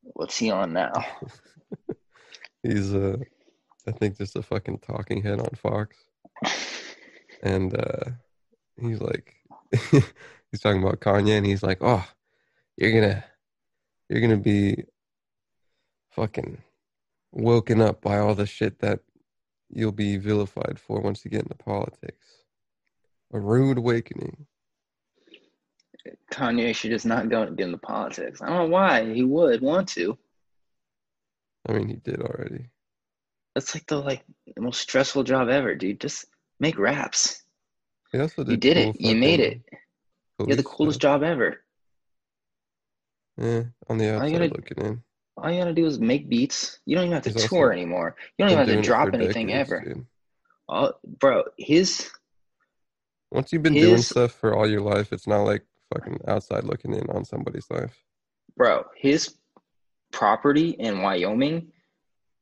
What's he on now? He's uh, I think just a fucking talking head on Fox, and uh, he's like, he's talking about Kanye, and he's like, oh, you're gonna, you're gonna be, fucking, woken up by all the shit that you'll be vilified for once you get into politics. A rude awakening. Kanye should just not go get into politics. I don't know why he would want to. I mean, he did already. That's like the like the most stressful job ever, dude. Just make raps. He also did You did cool it. You made fucking it. You're the police coolest stuff. job ever. Yeah, on the All outside you gotta- looking in. All you gotta do is make beats. You don't even have to He's also tour anymore. You don't Been even have doing to it drop for anything decades, ever. dude. Oh, bro, his Once you've been doing His- stuff for all your life, it's not like fucking outside looking in on somebody's life. bro, his property in Wyoming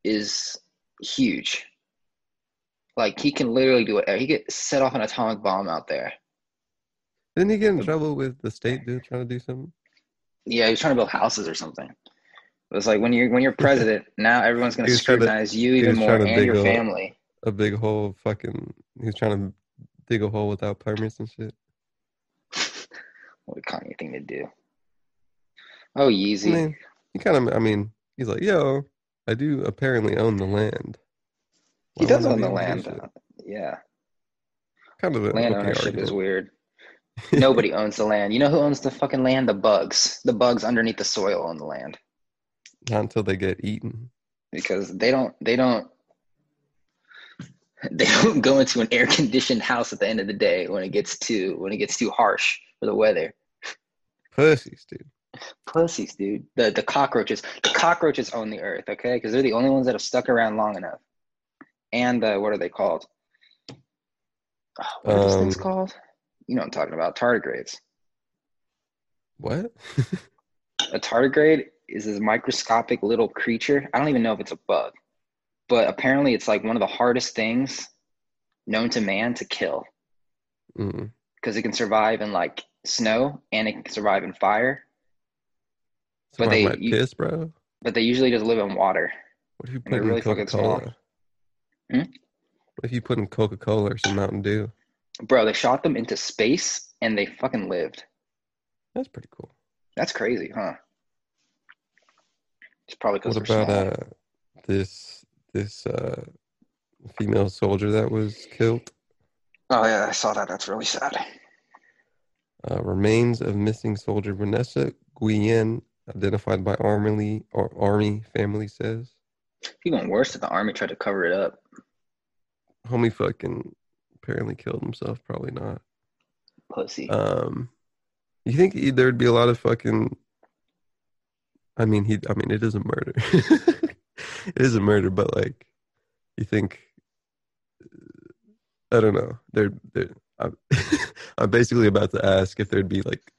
is huge. Like he can literally do it. He could set off an atomic bomb out there. Didn't he get in trouble with the state dude trying to do something? Yeah, he was trying to build houses or something. It was like when you're when you're president, now everyone's gonna He was trying to- scrutinize you he even was more trying to and your dig a- family. A big hole, fucking. He was trying to dig a hole without permits and shit. What a Kanye thing to do. Oh Yeezy. I mean, he kind of. I mean, he's like, yo, I do apparently own the land. he Why does wouldn't I own be the able to do land. shit? Yeah. Kind of a Land Uh, okay ownership is argument. weird. Nobody owns the land. You know who owns the fucking land? The bugs. The bugs underneath the soil own the land. Not until they get eaten. Because they don't they don't they don't go into an air conditioned house at the end of the day when it gets too when it gets too harsh for the weather. Pussies, dude. pussies, dude. The the cockroaches. The cockroaches own the earth, okay? Because they're the only ones that have stuck around long enough. And the what are they called? Ah, What are those things Um, called? You know what I'm talking about. Tardigrades. What? A tardigrade is this microscopic little creature. I don't even know if it's a bug, but apparently it's like one of the hardest things known to man to kill Mm. because it can survive in like snow and it can survive in fire, Somebody they- might you- piss, bro. but they usually just live in water. What if you they're put in really fucking Coca Cola? small. Hmm? What if you put in Coca Cola or some Mountain Dew? Bro, they shot them into space and they fucking lived. That's pretty cool. That's crazy, huh? It's probably because What we're about small. uh this this uh female soldier that was killed? oh yeah, I saw that. That's really sad. Uh, remains of missing soldier Vanessa Guillen, identified by Army or Army family says. Even worse that the army tried to cover it up. Homie fucking apparently killed himself, probably not. Pussy. Um, you think he- there'd be a lot of fucking? I mean, he. I mean, it is a murder. it is a murder, but like, you think? I don't know. There, there. I'm, I'm basically about to ask if there'd be like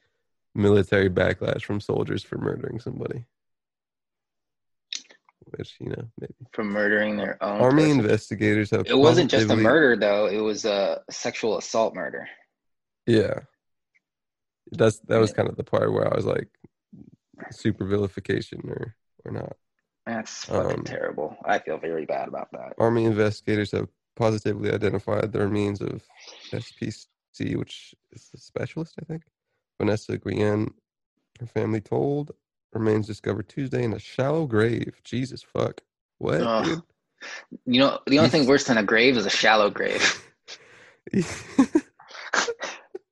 military backlash from soldiers for murdering somebody. Which you know, maybe. for murdering their own. army person. investigators have. It wasn't just a positively- murder though, it was a sexual assault murder. Yeah. That's that was kind of the part where I was like super vilification or or not. That's fucking Um, terrible. I feel very bad about that. Army investigators have positively identified the remains of SPC, which is the specialist, I think. Vanessa Guillen, her family told, remains discovered Tuesday in a shallow grave. Jesus fuck. What? Ugh. dude? You know, the only Yes. thing worse than a grave is a shallow grave.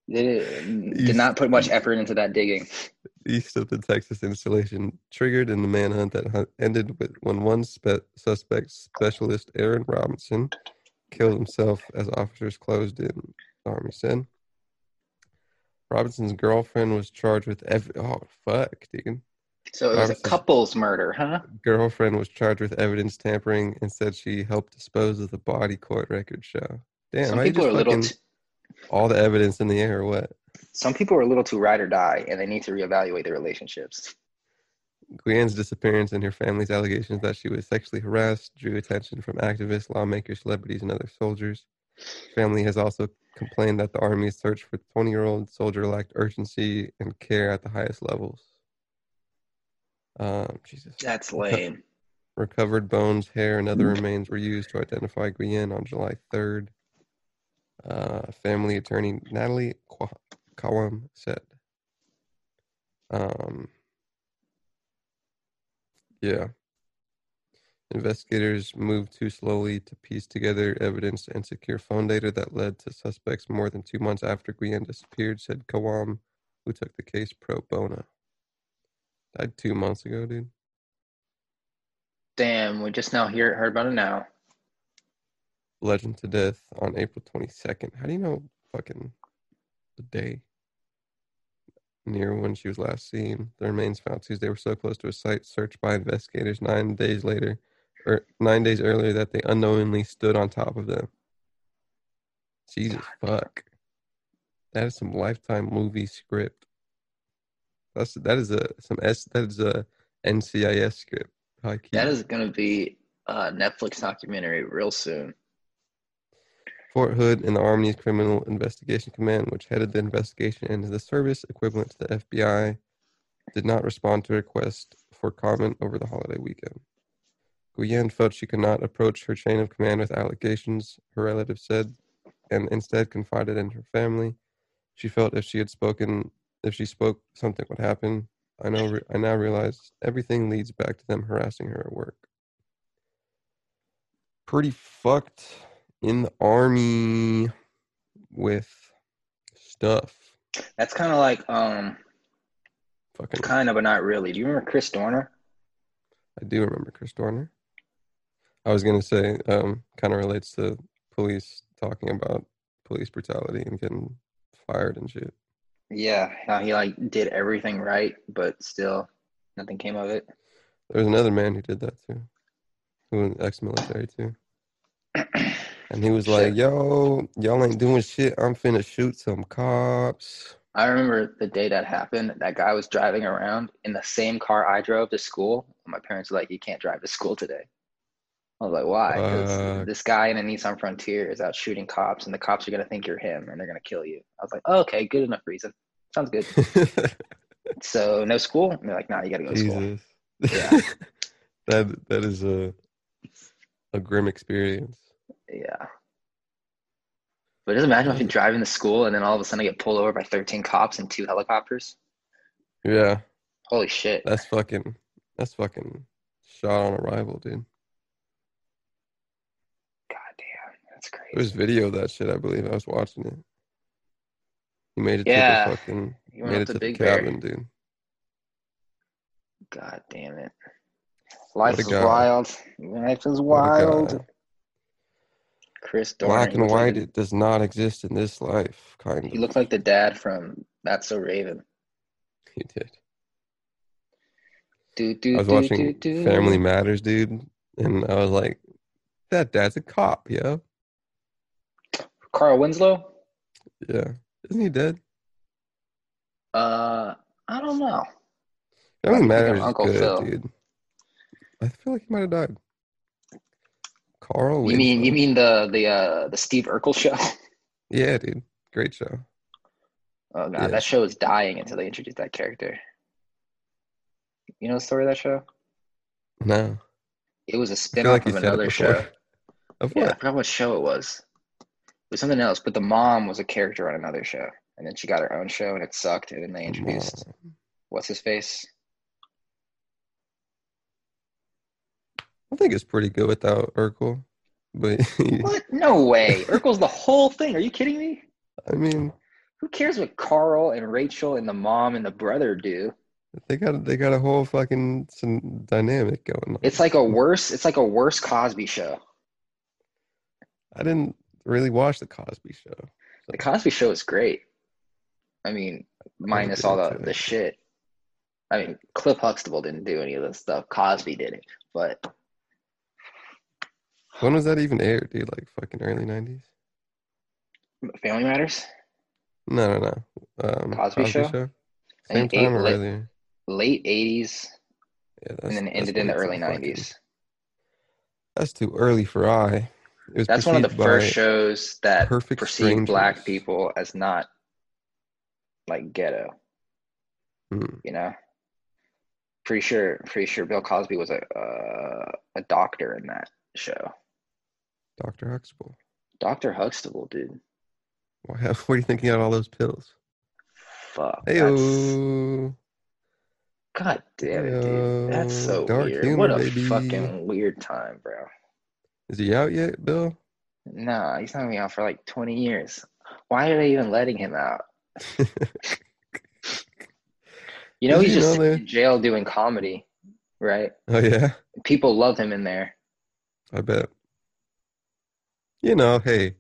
They did, Yes. did not put much effort into that digging. east of the Texas installation triggered in the manhunt that hu- ended with when one spe- suspect, specialist Aaron Robinson, killed himself as officers closed in. The Army said Robinson's girlfriend was charged with ev- oh fuck, dude. So it was a Robertson. couple's murder, huh? Girlfriend was charged with evidence tampering and said she helped dispose of the body court record show. Damn, Some how you people just are a little fucking- t- all the evidence in the air or what? Some people are a little too ride or die, and they need to reevaluate their relationships. Guyan's disappearance and her family's allegations that she was sexually harassed drew attention from activists, lawmakers, celebrities, and other soldiers. Family has also complained that the Army's search for 20 year old soldier lacked urgency and care at the highest levels. Um, Jesus. That's lame. Recovered bones, hair, and other remains were used to identify Guyen on July 3rd. Uh, family attorney Natalie Kwa- Kawam said. Um, yeah. Investigators moved too slowly to piece together evidence and secure phone data that led to suspects more than two months after Guyen disappeared, said Kawam, who took the case pro bono. Died two months ago, dude. Damn, we just now hear heard about it now. Legend to death on April 22nd. How do you know fucking the day? Near when she was last seen. The remains found Tuesday were so close to a site searched by investigators nine days later, or nine days earlier, that they unknowingly stood on top of them. Jesus fuck. That is some lifetime movie script. That's that is a some S that is a NCIS script. high key. That is going to be a Netflix documentary real soon. Fort Hood and the Army's Criminal Investigation Command, which headed the investigation into the service equivalent to the FBI, did not respond to a request for comment over the holiday weekend. Guillen felt she could not approach her chain of command with allegations, her relative said, and instead confided in her family. She felt if she had spoken, if she spoke, something would happen. I know. Re- I now realize everything leads back to them harassing her at work. Pretty fucked in the army with stuff. That's kind of like um, Fucking, kind of, but not really. Do you remember Chris Dorner? I do remember Chris Dorner. I was gonna say, um, kind of relates to police talking about police brutality and getting fired and shit. Yeah, how he like did everything right, but still nothing came of it. There was another man who did that too, who was ex-military too, and he was like, "Yo, y'all ain't doing shit. I'm finna shoot some cops." I remember the day that happened. That guy was driving around in the same car I drove to school. My parents were like, "You can't drive to school today." I was like, "Why?" Because Fuck. this guy in a Nissan Frontier is out shooting cops, and the cops are gonna think you're him, and they're gonna kill you. I was like, oh, "Okay, good enough reason. Sounds good." so no school. And they're like, "Nah, you gotta go to school." Jesus, Yeah. that that is a a grim experience. Yeah. But just imagine if you're driving to school and then all of a sudden I get pulled over by 13 cops and two helicopters. Yeah, Holy shit. that's fucking that's fucking shot on arrival, dude. God damn. That's crazy. There's video of that shit, I believe. I was watching it. He made it to Yeah. the fucking He went up made to it to the Big Bear. cabin, dude. God damn it. Life a is guy. wild. Life is What a guy. wild. Chris Dorner. Black he and looked like white, the- it does not exist in this life, kind of. He looked like the dad from That's So Raven. He did. Do, do, I was do, watching do, do. Family Matters, dude, and I was like, "That dad's a cop, yo, Carl Winslow? yeah." Isn't he dead? Uh, I don't know. I Family think of Matters is Uncle good, Phil. dude. I feel like he might have died. Carl. You mean Winslow. you mean the the uh the Steve Urkel show? Yeah, dude. Great show. Oh god, Yeah. that show is dying until they introduce that character. You know the story of that show? No, It was a I spin feel like off you of said it another show. before. Of Yeah, I what? forgot what show it was. It was something else, but the mom was a character on another show. And then she got her own show and it sucked, and then they introduced what's his face? I think it's pretty good without Urkel, but What? No way. Urkel's the whole thing. Are you kidding me? I mean, Who cares what Carl and Rachel and the mom and the brother do? They got they got a whole fucking some dynamic going on. It's like a worse. It's like a worse Cosby Show. I didn't really watch the Cosby Show. The Cosby Show is great. I mean, minus all the, the shit. I mean, Cliff Huxtable didn't do any of this stuff. Cosby did it, but When was that even aired, dude? Like fucking early nineties? Family Matters, No, no, no. Um, Cosby Show? I Same think time eight- or like- earlier? late '80s, Yeah, and that's, then that's ended in way the too early fucking- '90s. That's too early for I. It was That's one of the perceived by- first shows that Perfect perceived black Strangers. people as not like ghetto. Hmm. you know pretty sure pretty sure bill cosby was a uh, a doctor in that show Dr. Huxtable. dr huxtable dude Why, what do you think he got all those pills? fuck Hey, that's, god damn it dude that's Ayo, so dark weird humor, what a baby. fucking weird time bro is he out yet, Bill? nah he's not gonna be out for like 20 years why are they even letting him out you know Does he's he just know in jail doing comedy right Oh, yeah. people love him in there I bet. You know, hey,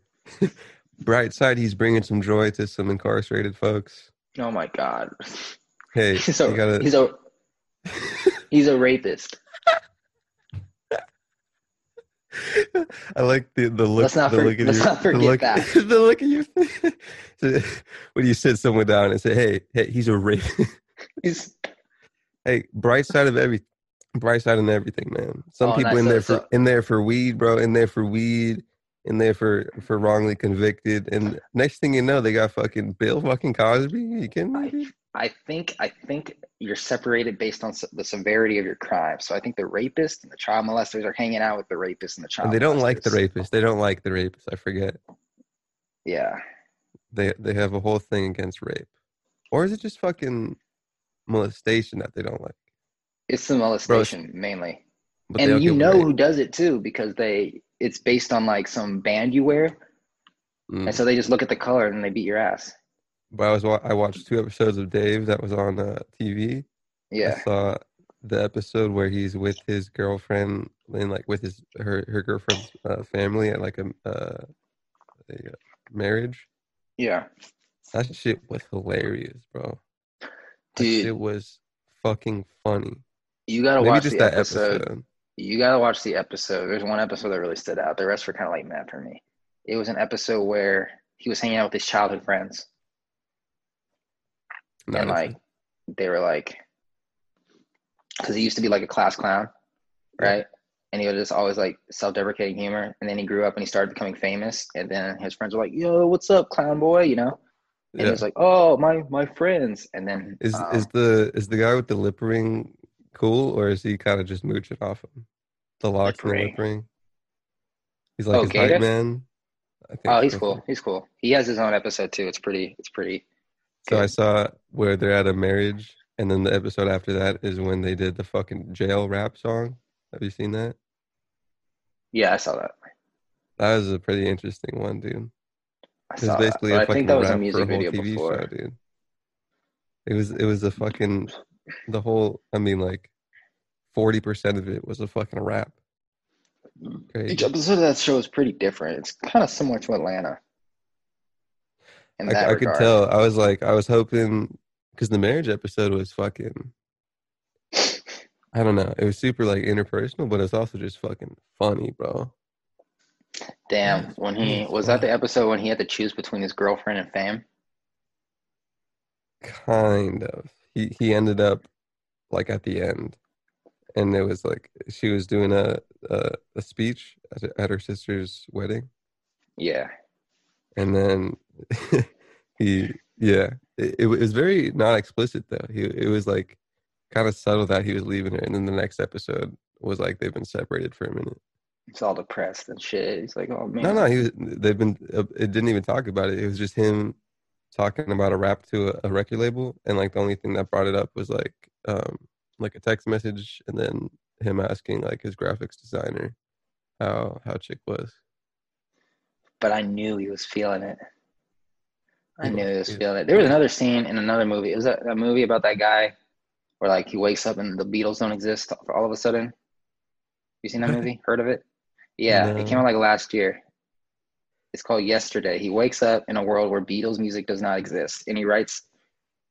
bright side, he's bringing some joy to some incarcerated folks. oh my god Hey, he's a, you gotta, he's a he's a rapist I like the the look. Let's not the for- look of let's your, not forget the look, that. the look of your so, when you sit someone down and say, "Hey, hey, he's a rape." he's hey, bright side of every, bright side in everything, man. Some Oh, people nice. in So- there for so- in there for weed, bro. In there for weed. In there for for wrongly convicted, and next thing you know, they got fucking Bill fucking Cosby. you kidding me? dude? I think I think you're separated based on se- the severity of your crime. So I think the rapist and the child molesters are hanging out with the rapist and the child. And they don't like the molesters. rapist. They don't like the rapist. I forget. Yeah, They they have a whole thing against rape, or is it just fucking molestation that they don't like? it's the molestation mainly, But they'll and you give know rape. who does it too because they it's based on like some band you wear, Mm. and so they just look at the color and they beat your ass. But I was wa- I watched two episodes of Dave that was on uh, TV. I Yeah, saw the episode where he's with his girlfriend and like with his her her girlfriend's uh, family at like a, uh, a uh, marriage. yeah, That shit was hilarious, bro. dude, It was fucking funny. you gotta Maybe watch just the that episode. episode. You gotta watch the episode. There's one episode that really stood out. The rest were kind of like meh for me. It was an episode where he was hanging out with his childhood friends. No, and it's- like they were like because he used to be like a class clown Yeah. right and he was just always like self-deprecating humor and then he grew up and he started becoming famous and then his friends were like yo what's up clown boy you know and he yeah. was like oh my my friends and then Is um, is the is the guy with the lip ring cool, or is he kind of just mooching off him? The locks and the ring. lip ring. He's like Oh, his Gator? hype man. I think oh he's so. cool he's cool he has his own episode too it's pretty it's pretty So I good. saw where they're at a marriage, and then the episode after that is when they did the fucking jail rap song. Have you seen that? yeah i saw that That was a pretty interesting one, dude. i It was saw that basically but a i fucking think that was rap a music for a whole video TV before show, dude. It was it was a fucking the whole. I mean, like forty percent of it was a fucking rap. Crazy. each episode of that show is pretty different it's kind of similar to atlanta in I, that I could regard. tell. I was like, I was hoping because the marriage episode was fucking. I don't know. It was super like interpersonal, but it's also just fucking funny, bro. Damn, Yes, when he yes, was wow. that the episode when he had to choose between his girlfriend and fame? Kind of. He he ended up like at the end, and it was like she was doing a a, a speech at, her- at her sister's wedding, Yeah. and then he yeah, it, it was very not explicit though. He it was like kind of subtle that he was leaving her, and then the next episode was like they've been separated for a minute. He's all depressed and shit. He's like, Oh man. No, no, he was. They've been. uh, It didn't even talk about it. It was just him talking about a rap to a, a record label, and like the only thing that brought it up was like, um, like a text message, and then him asking like his graphics designer how how chick was. But I knew he was feeling it. I Yeah, knew he was yeah. feeling it. There was another scene in another movie. It was a, a movie about that guy where like he wakes up and the Beatles don't exist all of a sudden. You seen that movie? Heard of it? Yeah, No. it came out like last year. It's called Yesterday. He wakes up in a world where Beatles music does not exist, and he writes,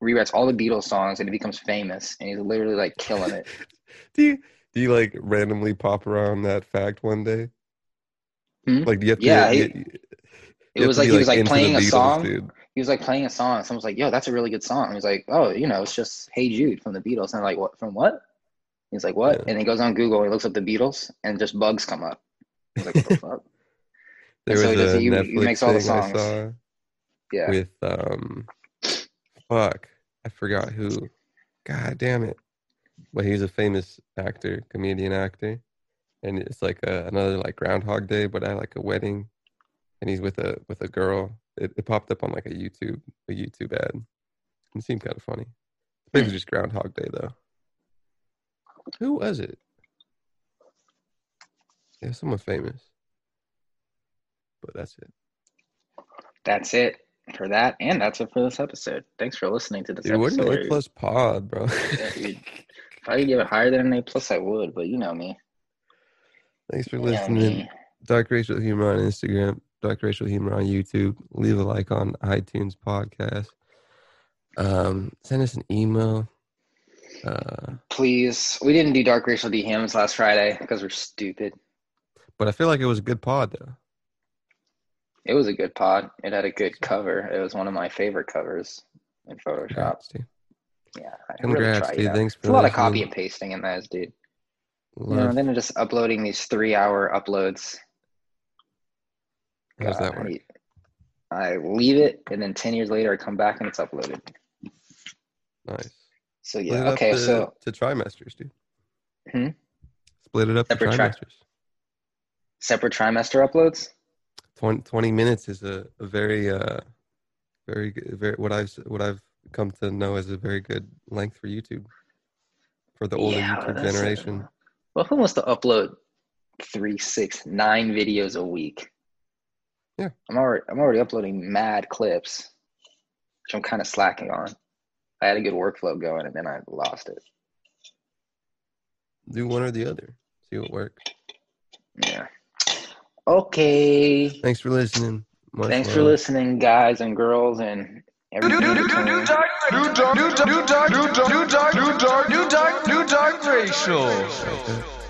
rewrites all the Beatles songs, and he becomes famous, and he's literally like killing it. Do you do you like randomly pop around that fact one day? Hmm? Like do you have to Yeah, you- he- you- It you was have like to he be, was like into the playing a Beatles, song. dude. He was like playing a song. and Someone's like, "Yo, that's a really good song." And he's like, "Oh, you know, it's just Hey Jude from the Beatles." And I'm like, "What from what?" He's like, "What?" Yeah. And he goes on Google and he looks up the Beatles, and just bugs come up. He's like, "What the fuck?" There so was he does- a he- he Netflix makes all the thing I songs. saw Yeah. with um fuck. I forgot who. God damn it. But he's a famous actor, comedian actor. And it's like a, another like Groundhog Day, but at like a wedding. And he's with a with a girl. It, it popped up on like a YouTube a YouTube ad. It seemed kind of funny. Maybe just Groundhog Day though. Who was it? Yeah, someone famous. But that's it. That's it for that, and that's it for this episode. Thanks for listening to this Dude, what an episode. A plus pod, bro. Yeah, dude. if I could give it higher than an A plus, I would, but you know me. Thanks for You know listening. me. Dr. Racial Humor on Instagram, Dr. Racial Humor on YouTube. Leave a like on iTunes podcast. Um, send us an email. Uh, Please, we didn't do dark racial DMs last Friday because we're stupid. but I feel like it was a good pod though. It was a good pod. It had a good cover. It was one of my favorite covers in Photoshop. Congrats, dude. Yeah, I Congrats, tried it dude. out. Thanks It's for a lot of listening. copy and pasting in those, dude. You know, Love. and then just uploading these three-hour uploads. How's that God, work? I, I leave it, and then ten years later, I come back and it's uploaded. Nice. So Split it yeah, up okay. to, So to trimesters, dude. Hmm? Split it up to Separate tri- trimesters. separate trimester uploads. 20, 20 minutes is a, a very uh very good very what i've s- what i've come to know as a very good length for youtube for the older Yeah, youtube that's uh, it. generation Well, who wants to upload three, six, nine videos a week? Yeah. I'm already I'm already uploading mad clips, which I'm kind of slacking on. I had a good workflow going, and then I lost it. do one or the other see what works Yeah. Okay. thanks for listening Much Thanks for love. listening, guys and girls, and everybody. New dark, new dark, new dark, new dark, new dark, new dark, new dark racial. Like that.